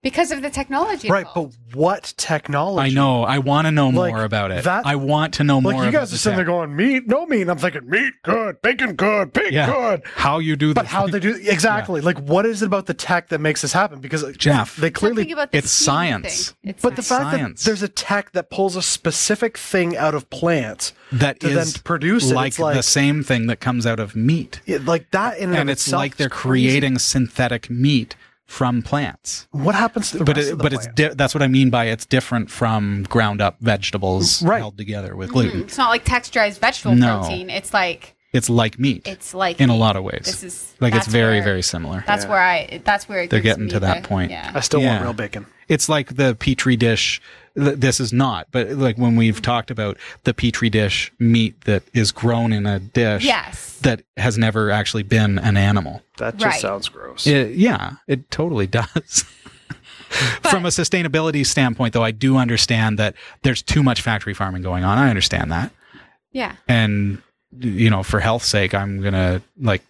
S3: because of the technology.
S2: Right,
S3: involved.
S2: but what technology?
S1: I know. I want to know
S2: Like,
S1: more about it.
S2: that-
S1: I want to know more.
S2: Like you
S1: about
S2: guys
S1: the
S2: are sitting there
S1: tech.
S2: going meat, no meat. And I'm thinking meat, good, bacon, good, pig,
S1: yeah.
S2: good.
S1: How you do
S2: But
S1: the
S2: how they do exactly? Like what is it about the tech that makes this happen? Because like,
S1: Jeff.
S2: they clearly.
S3: Something about the
S1: it's
S3: steam
S1: science.
S3: thing. It's
S2: but the
S3: science.
S2: fact
S1: Science.
S2: that there's a tech that pulls a specific thing out of plants,
S1: that
S2: to
S1: is
S2: then produce it, it's
S1: like,
S2: like-
S1: the same thing that comes out of meat.
S2: yeah, like that in
S1: and
S2: of
S1: it's
S2: itself
S1: like
S2: is
S1: they're
S2: crazy.
S1: creating synthetic meat from plants.
S2: What happens to the
S1: But
S2: rest
S1: it,
S2: of the
S1: but
S2: plant?
S1: it's di- that's what I mean by it's different from ground up vegetables
S2: Right.
S1: held together with gluten.
S3: it's not like texturized vegetable
S1: No.
S3: protein. It's like
S1: It's like meat.
S3: it's like
S1: in a lot of ways.
S3: This is
S1: like it's
S3: that's
S1: very
S3: where-
S1: very similar.
S3: That's where I. That's where it
S1: They're
S3: gives
S1: getting
S3: me
S1: to that
S3: the-
S1: point.
S2: I
S3: Yeah.
S2: still
S1: Yeah.
S2: want real bacon.
S1: It's like the petri dish. th- This is not, but like when we've talked about the petri dish meat that is grown in a dish
S3: Yes.
S1: that has never actually been an animal.
S2: That just
S3: Right.
S2: sounds gross.
S1: It, yeah, it totally does. From a sustainability standpoint, though, I do understand that there's too much factory farming going on. I understand that,
S3: Yeah.
S1: and you know, for health's sake, I'm gonna like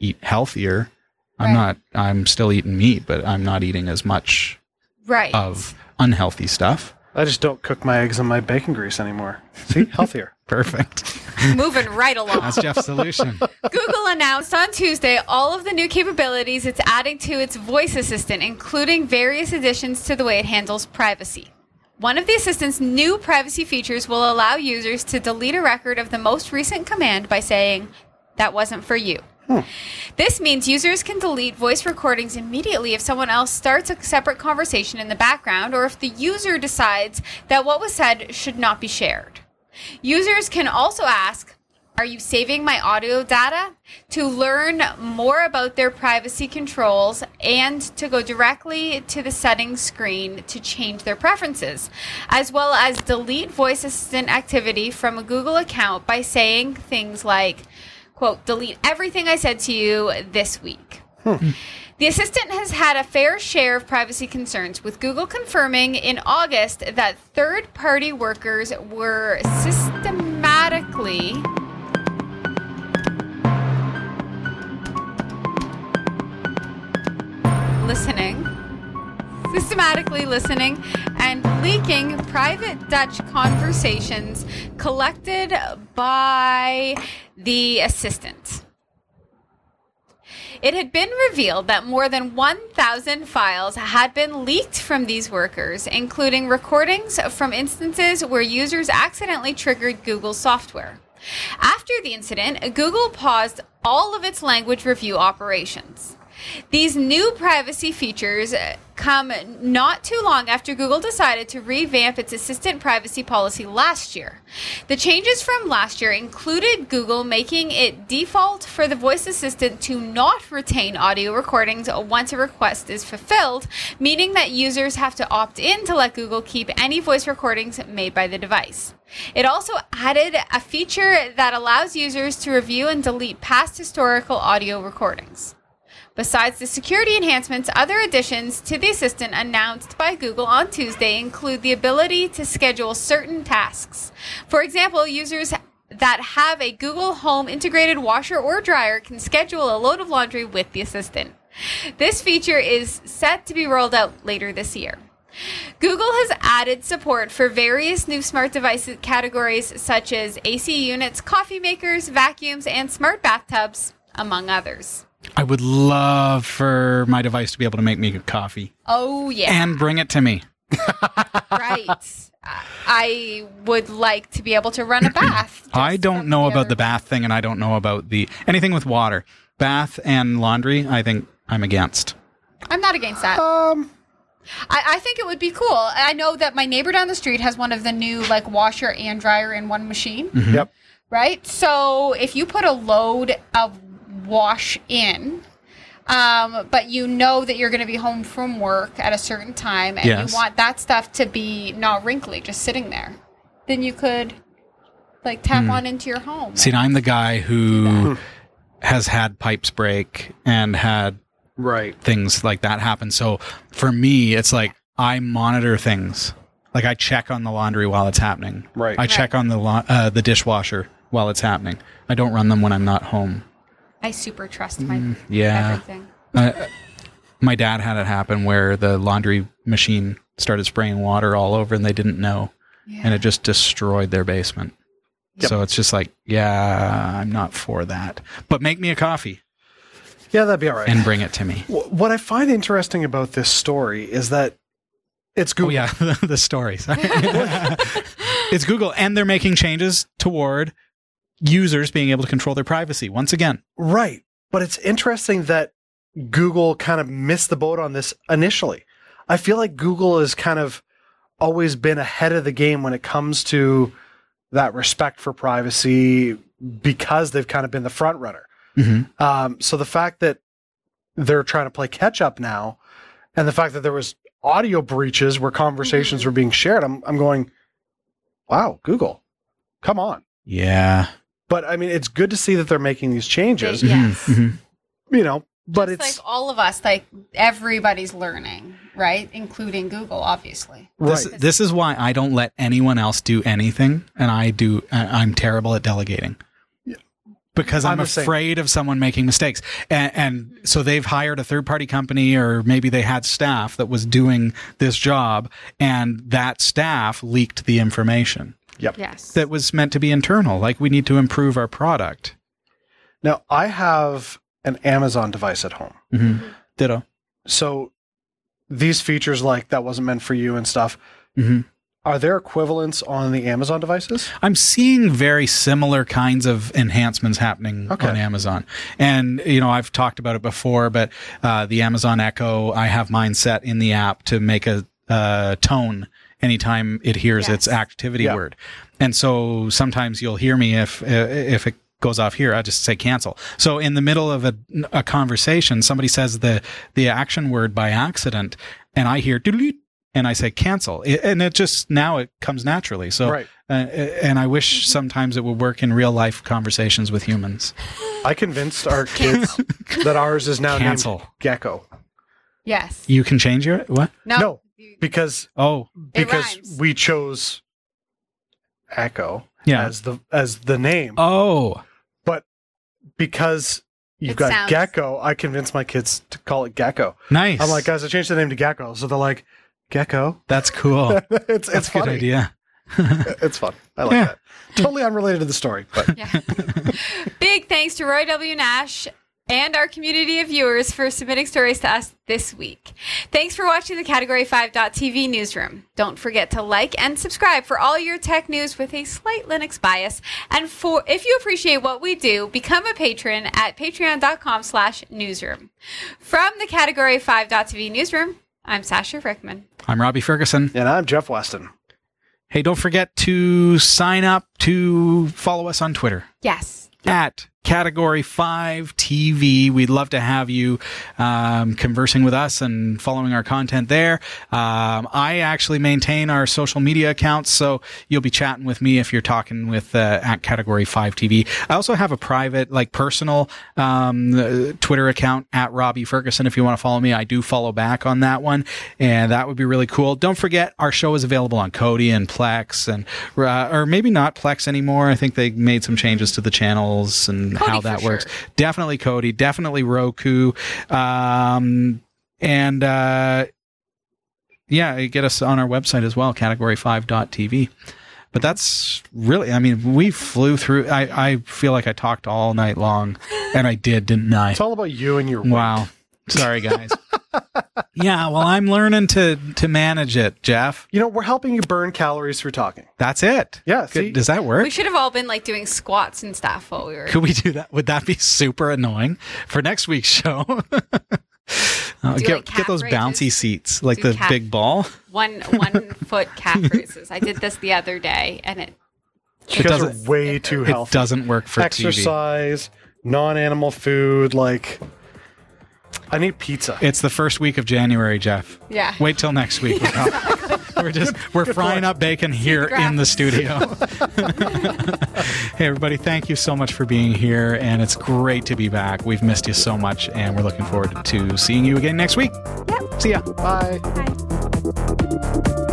S1: eat healthier. I'm
S3: Right.
S1: not. I'm still eating meat, but I'm not eating as much
S3: Right.
S1: of unhealthy stuff.
S2: I just don't cook my eggs in my bacon grease anymore. See, healthier.
S1: Perfect.
S3: Moving right along.
S1: That's Jeff's solution.
S3: Google announced on Tuesday all of the new capabilities it's adding to its voice assistant, including various additions to the way it handles privacy. One of the assistant's new privacy features will allow users to delete a record of the most recent command by saying, That wasn't for you. This means users can delete voice recordings immediately if someone else starts a separate conversation in the background or if the user decides that what was said should not be shared. Users can also ask, are you saving my audio data? To learn more about their privacy controls and to go directly to the settings screen to change their preferences, as well as delete voice assistant activity from a Google account by saying things like, quote, delete everything I said to you this week. The assistant has had a fair share of privacy concerns, with Google confirming in August that third party workers were systematically. Listening, systematically listening and leaking private Dutch conversations collected by the assistant. It had been revealed that more than 1,000 files had been leaked from these workers, including recordings from instances where users accidentally triggered Google software. After the incident, Google paused all of its language review operations. These new privacy features uh, come not too long after Google decided to revamp its assistant privacy policy last year. The changes from last year included Google making it default for the voice assistant to not retain audio recordings once a request is fulfilled, meaning that users have to opt in to let Google keep any voice recordings made by the device. It also added a feature that allows users to review and delete past historical audio recordings. Besides the security enhancements, other additions to the assistant announced by Google on Tuesday include the ability to schedule certain tasks. For example, users that have a Google Home integrated washer or dryer can schedule a load of laundry with the assistant. This feature is set to be rolled out later this year. Google has added support for various new smart device categories such as AC units, coffee makers, vacuums, and smart bathtubs, among others.
S1: I would love for my device to be able to make me a coffee
S3: Oh yeah,
S1: and bring it to me.
S3: right. I- I would like to be able to run a bath.
S1: I
S3: just
S1: don't
S3: from
S1: know about
S3: other-
S1: the bath thing, and I don't know about the anything with water, bath and laundry. I think I'm against.
S3: I'm not against that.
S2: Um,
S3: I, I think it would be cool.
S1: Mm. Mm-hmm.
S3: I know that my neighbor down the street has one of the new like washer and dryer in one machine.
S2: Yep.
S3: right? So if you put a load of wash in, um, but you know that you're going to be home from work at a certain time and
S1: Yes.
S3: you want that stuff to be not wrinkly, just sitting there, then you could like tap on into your home.
S1: Mm. See, and I'm the guy who has had pipes break and had
S2: Right.
S1: things like that happen. So for me, it's like I monitor things. Like I check on the laundry while it's happening.
S2: Right.
S1: I check on the la- uh, the dishwasher while it's happening. I don't run them when I'm not home.
S3: I super trust my
S1: yeah.
S3: everything.
S1: Uh, My dad had it happen where the laundry machine started spraying water all over and they didn't know. And it just destroyed their basement. So it's just like, yeah, I'm not for that. But make me a coffee
S2: Yeah, that'd be all right.
S1: and bring it to me.
S2: Wh- what I find interesting about this story is that it's Google.
S1: Oh yeah, the, the story. Sorry. it's Google, and they're making changes toward users being able to control their privacy once again.
S2: Right. But it's interesting that Google kind of missed the boat on this initially. I feel like Google has kind of always been ahead of the game when it comes to that respect for privacy because they've kind of been the front runner. Um, so the fact that they're trying to play catch up now and the fact that there was audio breaches where conversations were being shared, I'm, I'm going, wow, Google, come on.
S1: Yeah.
S2: But I mean, it's good to see that they're making these changes
S1: Mm-hmm.
S3: Yes.
S2: you know, but
S3: it's,
S2: it's
S3: like all of us, like everybody's learning, right? Including Google, obviously.
S1: This,
S2: right.
S1: this is why I don't let anyone else do anything, and I do. I- I'm terrible at delegating because I'm,
S2: I'm the same.
S1: afraid of someone making mistakes, and, and so they've hired a third party company, or maybe they had staff that was doing this job, and that staff leaked the information
S3: Yes.
S1: that was meant to be internal. Like we need to improve our product.
S2: Now I have an Amazon device at home,
S1: Mm-hmm. Ditto.
S2: so these features like that wasn't meant for you and stuff.
S1: Mhm.
S2: Are there equivalents on the Amazon devices?
S1: I'm seeing very similar kinds of enhancements happening
S2: Okay.
S1: on Amazon. And, you know, I've talked about it before, but uh, the Amazon Echo, I have mine set in the app to make a uh, tone anytime it hears its activity
S2: Yeah.
S1: word. And so sometimes you'll hear me if, uh, if it goes off here, I just say cancel. So in the middle of a, a conversation, somebody says the, the action word by accident and I hear doodle and I say cancel. It- and it just now it comes naturally. So
S2: Right.
S1: uh, and I wish sometimes it would work in real life conversations with humans.
S2: I convinced our kids that ours is now named
S1: Cancel.
S2: Gecko.
S3: Yes.
S1: You can change your what?
S3: No.
S2: No,
S3: You-
S2: because
S1: Oh,
S2: because
S3: rhymes.
S2: we chose Echo
S1: Yeah.
S2: as the as the name,
S1: oh,
S2: but because you've
S3: It
S2: got
S3: sounds-
S2: Gecko, I convinced my kids to call it Gecko.
S1: nice.
S2: I'm like, uh, guys, I changed the name to Gecko. So they're like, Gecko.
S1: that's cool.
S2: it's
S1: Oh. that's
S2: it's
S1: a good
S2: funny.
S1: idea.
S2: It's fun. I like
S1: Yeah.
S2: that. Totally unrelated to the story, but
S3: Yeah. Big thanks to Roy W. Nash and our community of viewers for submitting stories to us this week. Thanks for watching the Category 5.tv newsroom. Don't forget to like and subscribe for all your tech news with a slight Linux bias. And for if you appreciate what we do, become a patron at patreon.com slash newsroom. From the Category 5.tv newsroom, I'm Sasha Rickman.
S1: I'm Robbie Ferguson.
S2: and I'm Jeff Weston.
S1: Hey, don't forget to sign up to follow us on Twitter.
S3: Yes.
S1: at Category 5 TV. We'd love to have you um, conversing with us and following our content there. Um, I actually maintain our social media accounts, so you'll be chatting with me if you're talking with uh, at Category 5 TV. I also have a private, like personal um, uh, Twitter account at Robbie Ferguson if you want to follow me. I do follow back on that one, and that would be really cool. Don't forget, our show is available on Cody and Plex, and uh, or maybe not Plex anymore. I think they made some changes to the channels and
S3: Cody
S1: how
S3: for
S1: that works.
S3: sure.
S1: Definitely Cody, definitely Roku, um, and uh, yeah, get us on our website as well, category5.tv. But that's really, I mean, we flew through. I, I feel like I talked all night long, and I did, didn't I?
S2: It's all about you and your weight.
S1: Wow. Sorry, guys. yeah, well, I'm learning to to manage it, Jeff.
S2: You know, we're helping you burn calories through talking.
S1: That's it.
S2: Yeah,
S1: Good-
S2: see?
S1: Does that
S3: We
S1: work?
S3: should have all been like doing squats and stuff while we were.
S1: Could we do that? Would that be super annoying for next week's show? Uh,
S3: Do,
S1: get
S3: like,
S1: get those
S3: cat
S1: bouncy
S3: raises.
S1: seats, like
S3: Do
S1: the
S3: cat-
S1: big ball.
S3: one one foot calf raises. I did this the other day, and it
S2: You guys are
S1: doesn't-
S2: way too
S1: It
S2: healthy.
S1: doesn't work for TV.
S2: Exercise, non-animal food, like I need pizza.
S1: It's the first week of January, Jeff.
S3: Yeah.
S1: Wait till next week. we're just we're frying up bacon here
S3: graphics.
S1: in the studio. hey everybody, thank you so much for being here and it's great to be back. We've missed you so much and we're looking forward to seeing you again next week. See ya.
S2: Bye.
S3: Hi.